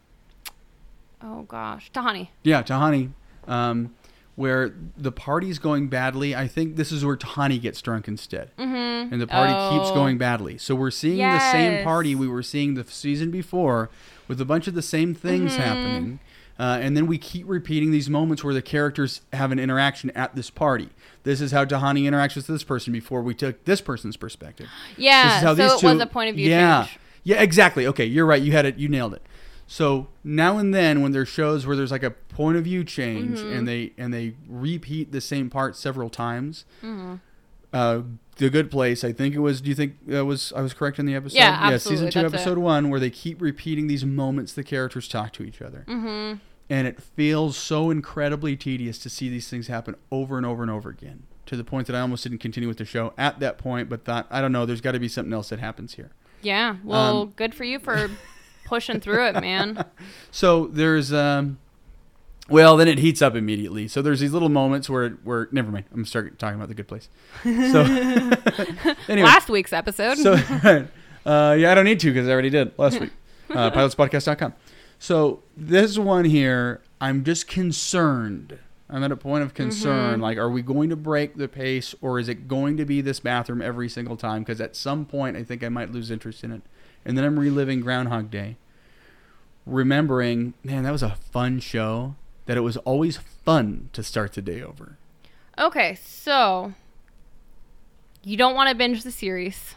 S2: Oh gosh, Tahani.
S1: Yeah, Tahani. Um, where the party's going badly. I think this is where Tahani gets drunk instead, mm-hmm. and the party keeps
S2: Oh.
S1: going badly. So we're seeing the same
S2: Yes.
S1: party we were seeing the season before, with a bunch of the same things
S2: Mm-hmm.
S1: happening. Uh, and then we keep repeating these moments where the characters have an interaction at this party. This is how Tahani interacts with this person before we took this person's perspective.
S2: Yeah.
S1: This is how
S2: so
S1: these
S2: it was
S1: two-
S2: a point of view
S1: yeah.
S2: change.
S1: Yeah, exactly. Okay, you're right. You had it. You nailed it. So now and then, when there's shows where there's like a point of view change
S2: Mm-hmm.
S1: and they and they repeat the same part several times, uh, the Good Place, I think it was. Do you think that was I was correct in the episode?
S2: Yeah,
S1: season
S2: absolutely,
S1: two,
S2: that's it.
S1: episode one, where they keep repeating these moments the characters talk to each other,
S2: Mm-hmm.
S1: and it feels so incredibly tedious to see these things happen over and over and over again. To the point that I almost didn't continue with the show at that point, but thought I don't know. There's got to be something else that happens here.
S2: Yeah. Well,
S1: Um,
S2: good for you for pushing through it, man.
S1: So there's um well, then it heats up immediately. So there's these little moments where where never mind. I'm starting talking about the good place. So anyway,
S2: Last week's episode.
S1: so uh, yeah, I don't need to because I already did last week. Uh, pilotspodcast.com. So this one here, I'm just concerned. I'm at a point of concern. Like, are we going to break the pace, or is it going to be this bathroom every single time? Because at some point, I think I might lose interest in it, and then I'm reliving Groundhog Day, remembering, man, that was a fun show. That it was always fun to start the day over.
S2: okay, so you don't want to binge the series.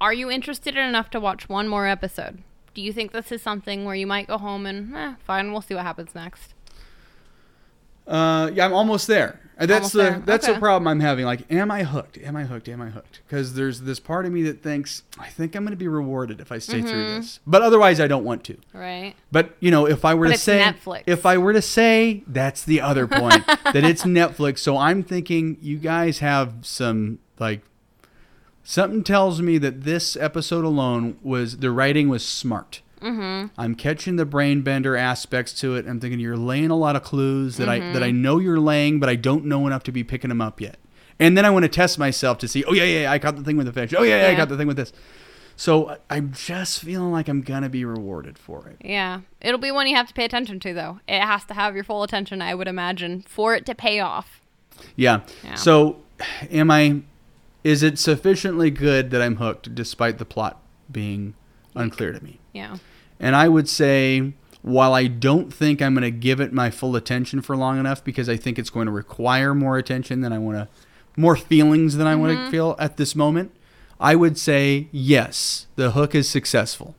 S2: Are you interested enough to watch one more episode? Do you think this is something where you might go home and, eh, fine, we'll see what happens next?
S1: Uh, yeah, I'm almost there. Uh, That's
S2: Almost
S1: the
S2: there.
S1: that's the
S2: Okay.
S1: problem I'm having. Like, am I hooked? Am I hooked? Am I hooked? Because there's this part of me that thinks I think I'm going to be rewarded if I stay through
S2: Mm-hmm.
S1: this, but otherwise I don't want to.
S2: Right?
S1: But you know, if I were
S2: But
S1: to
S2: it's
S1: say
S2: Netflix.
S1: if I were to say that's the other point that it's Netflix, so I'm thinking you guys have some like something tells me that this episode alone was the writing was smart. Mm-hmm. I'm catching the brain bender aspects to it. I'm thinking you're laying a lot of clues that I that
S2: Mm-hmm.
S1: I know you're laying, but I don't know enough to be picking them up yet. And then I want to test myself to see, oh yeah, yeah, yeah, I caught the thing with the fish. Oh yeah, yeah, I
S2: Yeah.
S1: got the thing with this. So I- I'm just feeling like I'm gonna be rewarded for it.
S2: Yeah. It'll be one you have to pay attention to, though. It has to have your full attention, I would imagine, for it to pay off.
S1: Yeah.
S2: Yeah.
S1: So, am I? Is it sufficiently good that I'm hooked, despite the plot being unclear to me?
S2: Yeah.
S1: And I would say, while I don't think I'm going to give it my full attention for long enough, because I think it's going to require more attention than I want to, more feelings than I want to feel at this moment, I would say yes, the hook is successful.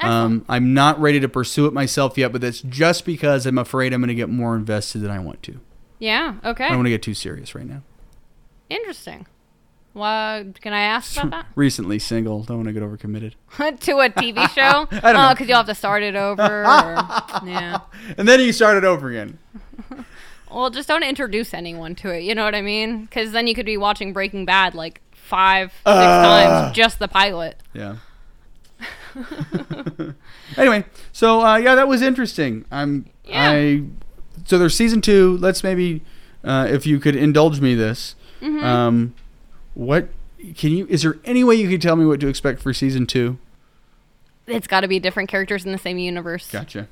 S1: Um, I'm not ready to pursue it myself yet, but that's just because I'm afraid I'm going to get more invested than I want to.
S2: Yeah. Okay.
S1: I don't want to get too serious right now.
S2: Interesting. Well, can I ask about
S1: recently single. Don't want to get overcommitted.
S2: that? to a TV show?
S1: I don't
S2: oh,
S1: know.
S2: because you'll have to start it over. Or, yeah.
S1: And then you start it over again.
S2: Well, just don't introduce anyone to it. You know what I mean? Because then you could be watching Breaking Bad like five, six
S1: Ugh.
S2: times, just the pilot.
S1: Yeah. anyway, so uh, yeah, that was interesting. I'm
S2: Yeah.
S1: I so there's season two. Let's maybe uh, if you could indulge me this.
S2: Mm-hmm.
S1: Um, what can you? Is there any way you could tell me what to expect for season two?
S2: It's got to be different characters in the same universe.
S1: Gotcha.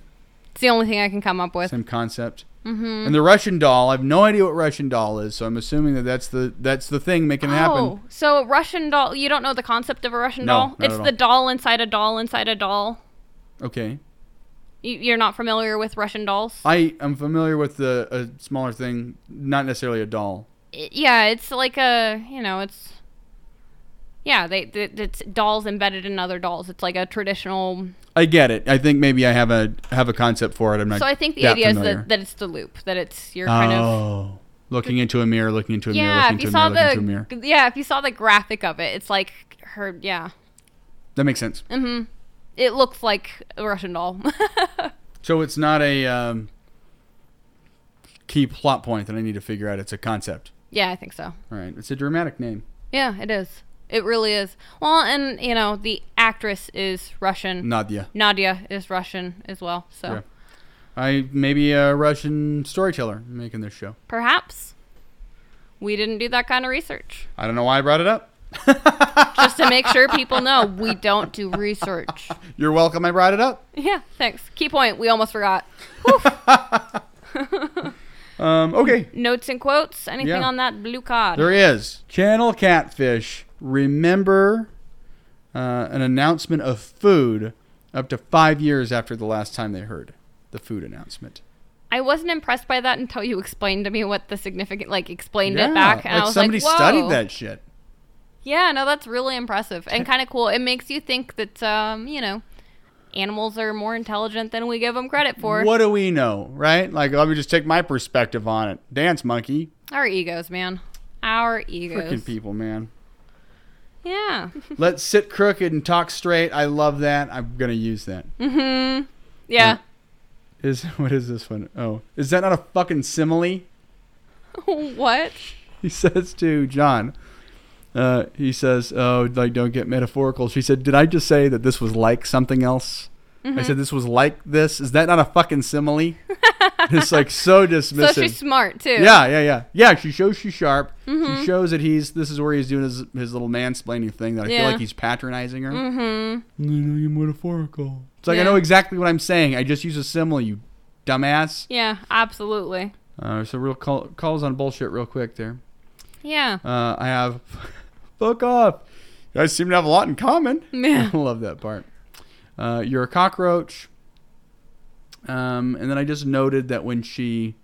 S2: It's the only thing I can come up with.
S1: Same concept.
S2: Mm-hmm.
S1: And the Russian doll. I have no idea what Russian doll is, so I'm assuming that that's the that's the thing making it happen.
S2: Oh, so a Russian doll. You don't know the concept of a Russian
S1: No,
S2: doll?
S1: not
S2: It's
S1: at
S2: the
S1: all.
S2: doll inside a doll inside a doll.
S1: Okay.
S2: You, you're not familiar with Russian dolls?
S1: I am familiar with the a smaller thing, not necessarily a doll.
S2: it- yeah, it's like a you know, it's yeah, they, they it's dolls embedded in other dolls. It's like a traditional.
S1: I get it. I think maybe I have a have a concept for it. I'm not.
S2: So I think the
S1: that
S2: idea
S1: familiar.
S2: is that, that it's the loop, that it's your
S1: oh,
S2: kind of
S1: looking into a mirror, looking into a
S2: yeah.
S1: mirror,
S2: If you
S1: looking into
S2: saw
S1: a mirror, looking into a
S2: the
S1: mirror.
S2: yeah, if you saw the graphic of it, it's like her yeah.
S1: That makes sense.
S2: Mm-hmm. It looks like a Russian doll.
S1: So it's not a um, key plot point that I need to figure out. It's a concept.
S2: yeah, I think so.
S1: All right. It's a dramatic name.
S2: Yeah, it is. It really is. Well, and you know, the actress is Russian.
S1: Nadia.
S2: Nadia is Russian as well. So
S1: Yeah. I maybe a Russian storyteller making this show.
S2: perhaps we didn't do that kind of research.
S1: I don't know why I brought it up.
S2: just to make sure people know we don't do research.
S1: You're welcome. I brought it up.
S2: Yeah, thanks. Key point. We almost forgot.
S1: Um, okay.
S2: Notes and quotes. Anything
S1: Yeah.
S2: on that blue card?
S1: There is. Channel Catfish. Remember uh, an announcement of food up to five years after the last time they heard the food announcement.
S2: I wasn't impressed by that until you explained to me what the significant, like, explained
S1: Yeah,
S2: it back, and
S1: like
S2: I was
S1: somebody
S2: like, "Whoa."
S1: studied that shit.
S2: Yeah, no, that's really impressive and kind of cool. It makes you think that, um, you know, animals are more intelligent than we give them credit for.
S1: What do we know, right? Like, let me just take my perspective on it. Dance monkey,
S2: Our egos, man. Our egos.
S1: freaking people, man.
S2: Yeah.
S1: Let's sit crooked and talk straight. I love that. I'm gonna use that.
S2: hmm Yeah.
S1: Is what is this one? Oh, is that not a fucking simile?
S2: what?
S1: He says to John. Uh, he says, "Oh, like don't get metaphorical." She said, "Did I just say that this was like something else?"
S2: Mm-hmm.
S1: I said, "This was like this." Is that not a fucking simile? it's like so
S2: So
S1: dismissive.
S2: she's smart too.
S1: Yeah, yeah, yeah, yeah. She shows she's sharp.
S2: Mm-hmm.
S1: She shows that he's. This is where he's doing his, his little mansplaining thing. That I
S2: Yeah.
S1: feel like he's patronizing her.
S2: Mm-hmm.
S1: No, you're metaphorical. It's like I
S2: Yeah.
S1: know exactly what I'm saying. I just use a simile, you dumbass.
S2: Yeah. Absolutely.
S1: Uh, so real call, calls on bullshit real quick there.
S2: Yeah.
S1: Uh, I have fuck off. You guys seem to have a lot in common.
S2: Yeah.
S1: I love that part. Uh, you're a cockroach. Um, and then I just noted that when she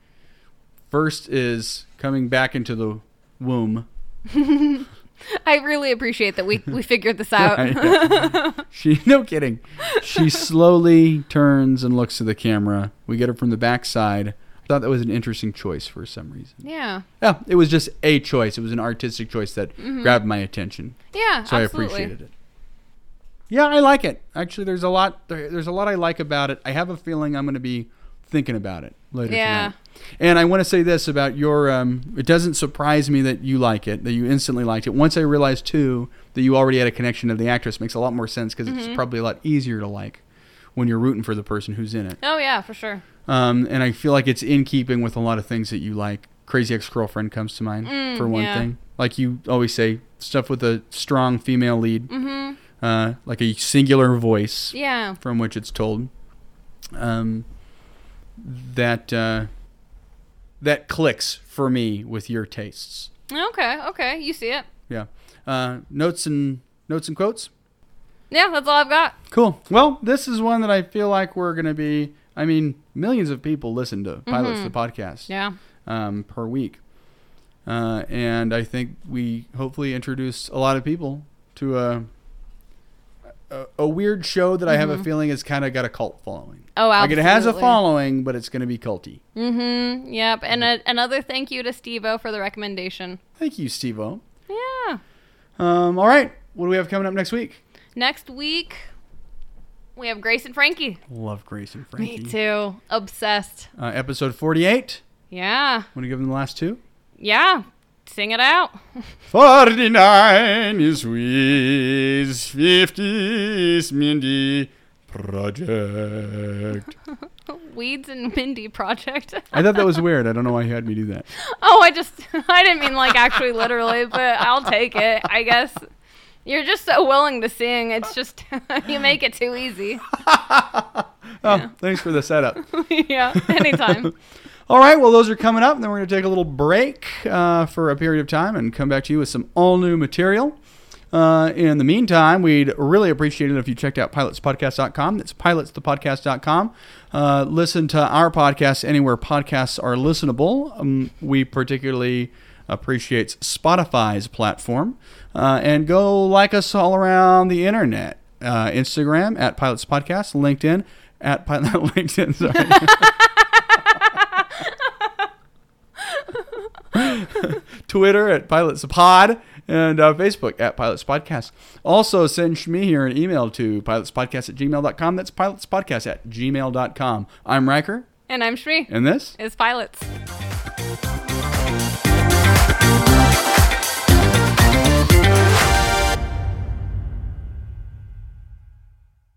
S1: first is coming back into the womb,
S2: I really appreciate that we we figured this out.
S1: she no kidding, she slowly turns and looks to the camera. We get her from the backside. I thought that was an interesting choice for some reason.
S2: yeah.
S1: Yeah, it was just a choice. It was an artistic choice that grabbed my attention.
S2: Yeah.
S1: so
S2: absolutely.
S1: I appreciated it. Yeah, I like it. Actually, there's a lot. There, there's a lot I like about it. I have a feeling I'm going to be thinking about it later
S2: Yeah.
S1: tonight. And I want to say this about your. Um, it doesn't surprise me that you like it. That you instantly liked it. Once I realized too that you already had a connection to the actress makes a lot more sense because
S2: Mm-hmm.
S1: it's probably a lot easier to like when you're rooting for the person who's in it.
S2: Oh yeah, for sure.
S1: Um, and I feel like it's in keeping with a lot of things that you like. Crazy Ex Girlfriend comes to mind
S2: Mm,
S1: for one
S2: yeah.
S1: thing. Like you always say, stuff with a strong female lead, uh, like a singular voice
S2: Mm-hmm. Yeah.
S1: from which it's told. Um, that uh, that clicks for me with your tastes.
S2: Okay. Okay. You see it.
S1: Yeah. Uh, notes and notes and quotes.
S2: Yeah. That's all I've got.
S1: Cool. Well, this is one that I feel like we're gonna be. I mean, millions of people listen to
S2: Mm-hmm.
S1: pilots the podcast.
S2: Yeah.
S1: um, per week. Uh, and I think we hopefully introduced a lot of people to a a, a weird show that I have a feeling has kind of got a cult following.
S2: Oh,
S1: Like it has a
S2: Mm-hmm. absolutely.
S1: following, but it's going to be culty.
S2: Mm-hmm. Yep. And a, another thank you to Stevo for the recommendation.
S1: Thank you, Steve-O.
S2: Yeah.
S1: Um, all right, what do we have coming up next week?
S2: Next week we have Grace and Frankie.
S1: Love Grace and Frankie.
S2: Me too. Obsessed.
S1: Uh, episode forty-eight.
S2: Yeah.
S1: Want to give them the last two?
S2: Yeah. Sing it out.
S1: Forty-nine is Wiz, fifty is Mindy Project.
S2: Weeds and Mindy Project.
S1: I thought that was weird. I don't know why he had me do that.
S2: oh, I just I didn't mean like actually literally, but I'll take it. I guess you're just so willing to sing. It's just you make it too easy.
S1: Oh, thanks for the setup.
S2: yeah. Anytime.
S1: All right, well, those are coming up, and then we're going to take a little break uh, for a period of time and come back to you with some all new material. Uh, in the meantime, we'd really appreciate it if you checked out pilotspodcast.com. That's pilotsthepodcast.com. Uh, listen to our podcast anywhere podcasts are listenable. Um, we particularly appreciate Spotify's platform. Uh, and go like us all around the internet uh, Instagram at Pilots Podcast, LinkedIn at Pilot LinkedIn, sorry. Twitter at Pilots Pod and uh, Facebook at Pilots Podcast. Also, send me here an email to pilotspodcast at gmail.com. That's pilotspodcast at gmail.com. I'm Riker,
S2: and I'm Shri.
S1: and this
S2: Is pilots.
S3: Thank